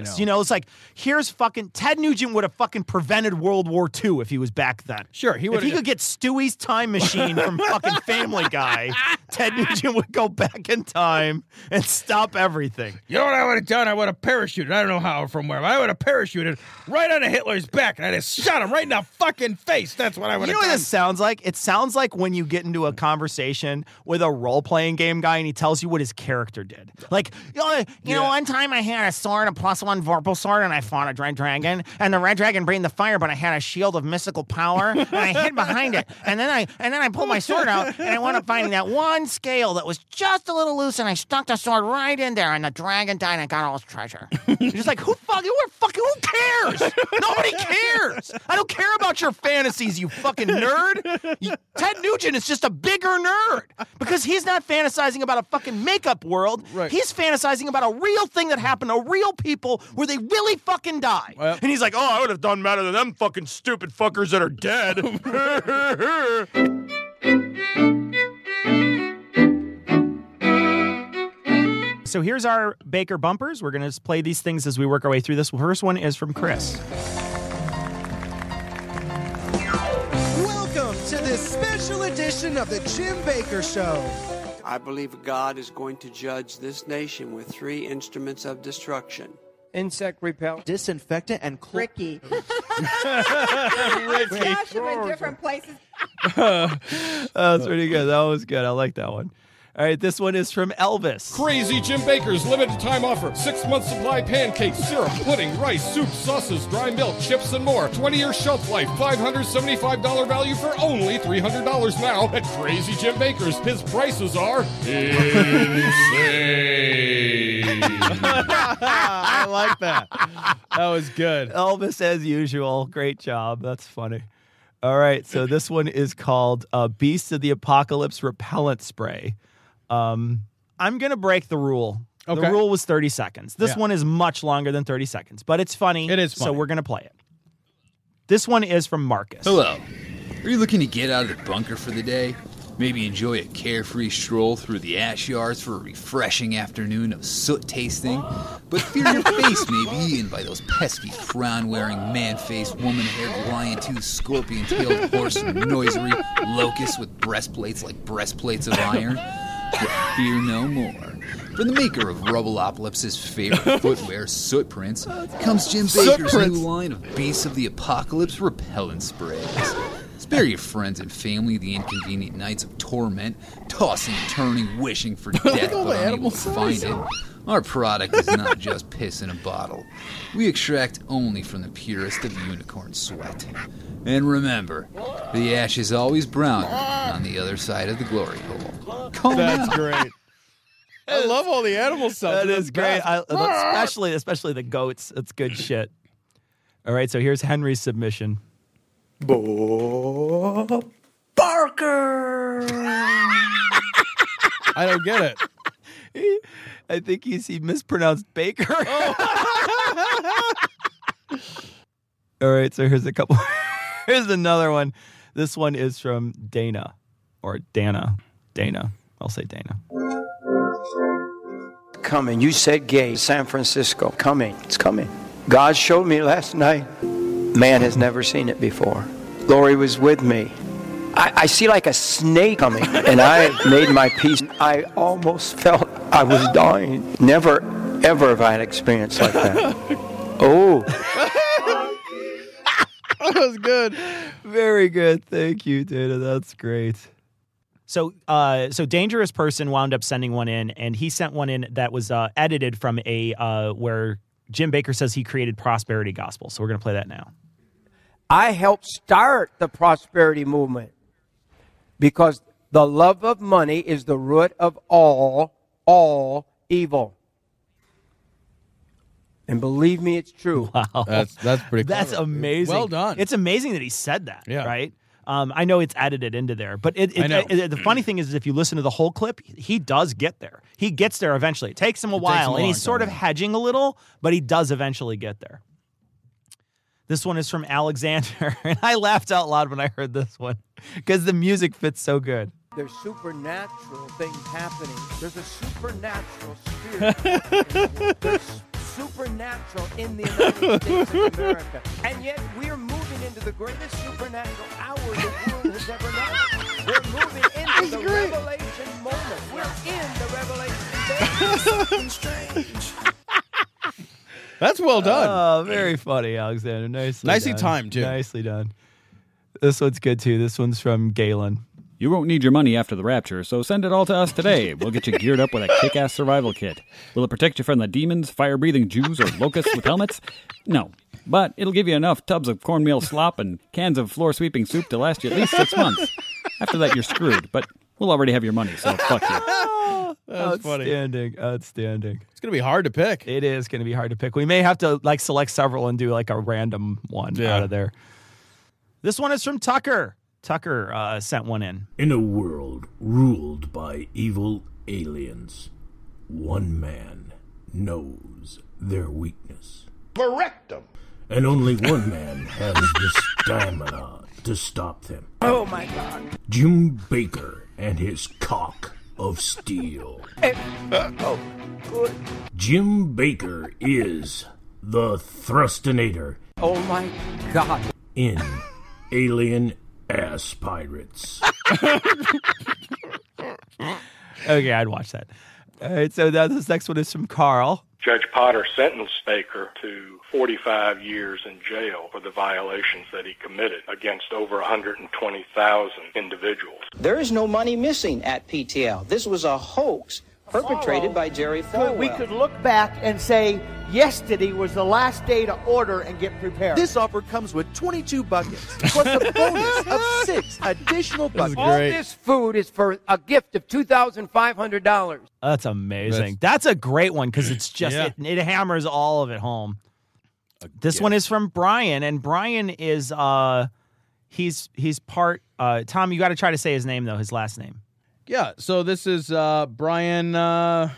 S2: I know.
S3: You know, it's like here's fucking Ted Nugent would have fucking prevented World War II if he was back then.
S2: Sure, he
S3: If
S2: would've-
S3: he could get Stewie's time machine from fucking Family Guy, Ted Nugent would go back in time and stop everything.
S2: You know what I would have done? I would have parachuted. I don't know how or from where, but I would have parachuted right onto Hitler's back, and I just shot him right in the fucking face. That's what I would
S3: You know
S2: have
S3: what
S2: done.
S3: this sounds like? It sounds like when you get into a conversation with a role playing game guy and he tells you what his character did. Like, "Oh, you know,
S2: Yeah.
S3: one time I had a sword, a plus one Vorpal sword, and I fought a red dragon, and the red dragon breathed the fire, but I had a shield of mystical power, and I hid behind it, and then I and then I pulled my sword out, and I wound up finding that one scale that was just a little loose, and I stuck the sword right in there, and the dragon died, and I got all its treasure. You're just like, who fucking, who fucking, who cares? Nobody cares. I don't care about your fantasies, you fucking nerd. You- Ted Nugent is just a bigger nerd because he's not fantasizing about a fucking makeup world.
S2: Right.
S3: He's fantasizing about a real thing that happened to real people where they really fucking die.
S2: Well-
S3: and he's like, oh, I would have done better than them fucking stupid fuckers that are dead.
S6: So here's our Baker bumpers. We're gonna just play these things as we work our way through this. First one is from Chris.
S7: Welcome to this special edition of The Jim Baker Show.
S8: I believe God is going to judge this nation with three instruments of destruction.
S7: Insect repel.
S9: disinfectant and cl-
S10: Ricky. Josh have been different places.
S3: oh, that's pretty good. That was good. I like that one. All right, this one is from Elvis.
S11: Crazy Jim Baker's limited time offer. Six month supply pancakes, syrup, pudding, rice, soup, sauces, dry milk, chips, and more. 20 year shelf life, $575 value for only $300 now at Crazy Jim Baker's. His prices are insane.
S2: I like that. That was good.
S3: Elvis as usual. Great job. That's funny. All right, so this one is called uh, "Beast of the Apocalypse Repellent Spray." Um, I'm gonna break the rule.
S2: Okay.
S3: The rule was 30 seconds. This
S2: Yeah.
S3: one is much longer than 30 seconds, but it's funny.
S2: It is
S3: So
S2: funny.
S3: we're gonna play it. This one is from Marcus.
S9: Hello. Are you looking to get out of the bunker for the day?
S7: Maybe enjoy a carefree stroll through the ash yards for a refreshing afternoon of soot tasting. But fear your face may be eaten by those pesky crown wearing, man faced, woman haired, lion toothed, scorpion tailed, horse noisery locusts with breastplates like breastplates of iron. But fear no more. From the maker of Rubbleopolis' favorite footwear, Soot Prints, comes Jim
S12: Soot
S7: Baker's
S12: Prints.
S7: new line of Beasts of the Apocalypse repellent sprays. Spare your friends and family the inconvenient nights of torment, tossing, turning, wishing for death,
S12: all the
S7: but unable
S12: animal
S7: to find
S12: size.
S7: it. Our product is not just piss in a bottle. We extract only from the purest of unicorn sweat. And remember, the ash is always brown on the other side of the glory hole. Call
S13: That's
S7: now.
S13: great.
S2: I love all the animal stuff.
S13: That
S3: That
S13: is
S3: is great.
S13: best.
S3: I, especially especially the goats. It's good shit. All right, so here's Henry's submission. Bob Barker.
S2: I don't get it.
S3: I think he's he mispronounced Baker.
S2: Oh.
S3: All right, so here's a couple. here's another one. This one is from Dana or Dana. Dana. I'll say Dana.
S14: coming. You said gay. San Francisco coming. It's coming. God showed me last night. Man has never seen it before. Lori was with me. I, I see like a snake coming, and I made my peace. I almost felt I was dying. Never, ever have I had experience like that. Oh.
S3: that was good. Very good. Thank you, Dana. That's great.
S13: So,
S3: uh, so dangerous person wound up sending one in, and he sent one in that was uh, edited from a uh, where Jim Baker says he created prosperity gospel. So we're gonna play that now.
S8: I helped start the prosperity movement because the love of money is the root of all, all evil. And believe me, it's true.
S3: Wow.
S2: That's that's pretty.
S3: That's
S2: clever.
S3: amazing.
S2: Well done.
S3: It's amazing that he said that. Yeah. Right. Um, I know it's edited into there, but it,
S2: I
S3: it,
S2: know.
S3: it- the funny thing is, if you listen to the whole clip, he does get there. He gets there eventually. It takes him a
S2: takes him
S3: while,
S2: a
S3: and
S2: long
S3: he's sort
S2: time,
S3: of hedging a little, but he does eventually get there. This one is from Alexander, and I laughed out loud when I heard this one because the music fits so good.
S8: There's supernatural things happening. There's a supernatural spirit. There's supernatural in the United States of America. And yet we're moving into the greatest supernatural hour the world has ever known. We're moving into the revelation moment. We're in the revelation day.
S2: That's well done.
S3: Oh, very funny, Alexander. Nicely,
S2: Nicely
S3: done.
S2: timed, too.
S3: Nicely done. This one's good too. This one's from Galen.
S15: You won't need your money after the rapture, so send it all to us today. We'll get you geared up with a kick ass survival kit. Will it protect you from the demons, fire breathing Jews, or locusts with helmets? No. But it'll give you enough tubs of cornmeal slop and cans of floor sweeping soup to last you at least six months. After that, you're screwed, but we'll already have your money, so fuck you.
S2: That's funny.
S3: outstanding, outstanding.
S2: It's gonna be hard to pick.
S3: It is gonna be hard to pick. We may have to like select several and do like a random one
S2: Yeah.
S3: out of there. This one is from Tucker. Tucker uh, sent one in.
S16: In a world ruled by evil aliens, one man knows their weakness.
S17: Correctum.
S16: And only one man has the stamina to stop them.
S17: Oh my god.
S16: Jim Baker and his cock of steel.
S8: Eh,
S17: oh, good.
S16: Jim Baker is the Thrustinator
S8: Oh my God.
S16: in Alien Ass Pirates.
S3: Okay, I'd watch that. All right, so that, this next one is from Carl.
S18: Judge Potter sentenced Baker to 45 years in jail for the violations that he committed against over 120,000 individuals.
S19: There is no money missing at PTL. This was a hoax perpetrated by Jerry Falwell.
S20: We could look back and say yesterday was the last day to order and get prepared.
S21: This offer comes with 22 buckets plus a bonus of six additional buckets.
S8: All this food is for a gift of $2,500.
S3: That's amazing. That's, a great one because it's just
S8: Yeah.
S3: it, it hammers all of it home. This one is from Brian, and Brian is uh he's he's part uh Tom, you gotta try to say his name though, his last name.
S2: Yeah. So this is uh, Brian uh,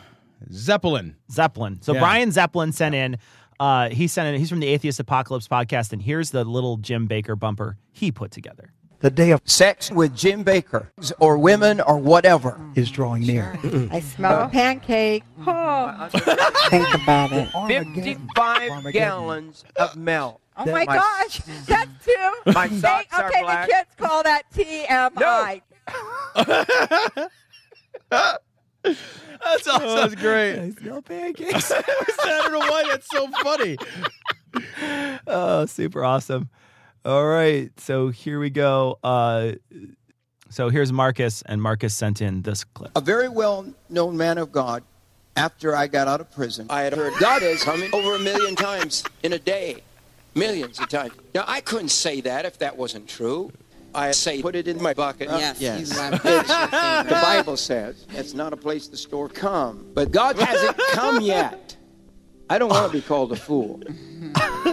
S2: Zeppelin.
S3: Zeppelin. So
S2: Yeah.
S3: Brian Zeppelin sent in. Uh, he sent in. He's from the Atheist Apocalypse podcast, and here's the little Jim Baker bumper he put together.
S14: The day of sex with Jim Baker or women or whatever is drawing near.
S22: I smell
S8: Uh,
S22: a pancake. Oh. Think
S14: about it.
S8: 55 gallons of milk.
S22: Oh my gosh, that's too.
S8: My
S22: They-
S8: socks are
S22: okay,
S8: black.
S22: the kids call that TMI.
S2: Oh, That's awesome. That's great. I
S3: smell pancakes.
S2: I don't know why that's so funny.
S3: oh, super awesome. All right. So here we go. Uh, so here's Marcus, and Marcus sent in this clip.
S19: A
S2: Uh,
S19: very well known man of God, after I got out of prison, I had heard God is humming over a million times in a day. Millions of times. Now, I couldn't say that if that wasn't true. I say, put it in my bucket.
S17: Yes,
S19: yes.
S17: you
S19: the Bible says it's not a place the store come, but God hasn't come yet. I don't want to be called a fool.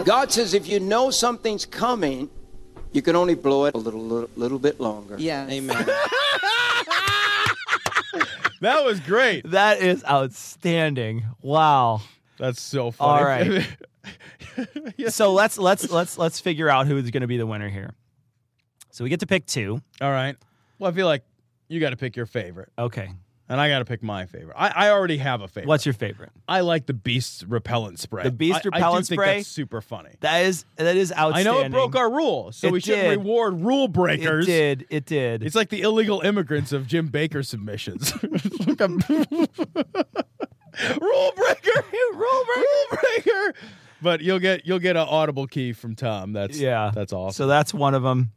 S19: God says if you know something's coming, you can only blow it a little, little, little bit longer.
S17: Yes.
S19: Amen.
S2: That was great.
S3: That is outstanding. Wow.
S2: That's so funny.
S3: All right. so let's let's let's let's figure out who's going to be the winner here. So we get to pick two.
S2: All right. Well, I feel like you got to pick your favorite.
S3: Okay.
S2: And I got to pick my favorite. I, I already have a favorite.
S3: What's your favorite?
S2: I like the Beast repellent spray.
S3: The Beast
S2: I- I do
S3: repellent
S2: think
S3: spray?
S2: That's super funny.
S3: That is that is
S2: I
S3: outstanding.
S2: know it broke our rule, so
S3: It
S2: we shouldn't
S3: did.
S2: reward rule breakers.
S3: It did. It did.
S2: It's like the illegal immigrants of Jim Baker submissions. Look, I'm- rule breaker,
S3: rule breaker,
S2: rule breaker. But you'll get you'll get an audible key from Tom. That's
S3: yeah.
S2: that's awesome.
S3: So that's one of them.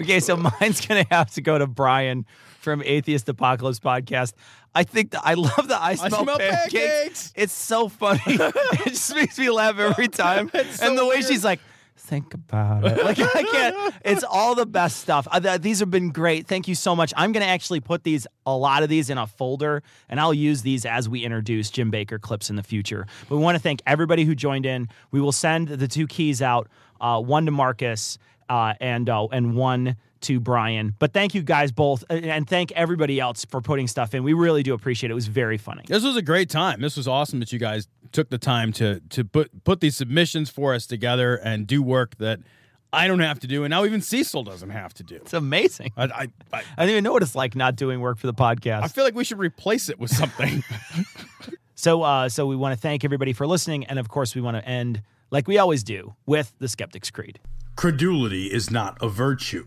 S3: Okay, so mine's gonna have to go to Brian from Atheist Apocalypse podcast. I think the, I love the I smell,
S17: smell
S3: pancakes.
S17: pancakes.
S3: It's so funny. it just makes me laugh every time. and the way she's like, think about it. Like I can't. It's all the best stuff. Uh, th- these have been great. Thank you so much. I'm gonna actually put these a lot of these in a folder, and I'll use these as we introduce Jim Baker clips in the future. But we want to thank everybody who joined in. We will send the two keys out, uh, one to Marcus uh, and uh, and one to Brian. But thank you guys both, and- and thank everybody else for putting stuff in. We really do appreciate it. It was very funny.
S2: This was a great time. This was awesome that you guys took the time to to put put these submissions for us together and do work that I don't have to do, and now even Cecil doesn't have to do. It's
S3: amazing.
S2: I I, I,
S3: I don't even know what it's like not doing work for the podcast.
S2: I feel like we should replace it with something.
S3: So, uh, so we want to thank everybody for listening, and of course, we want to end like we always do with the Skeptics Creed.
S2: Credulity is not a virtue.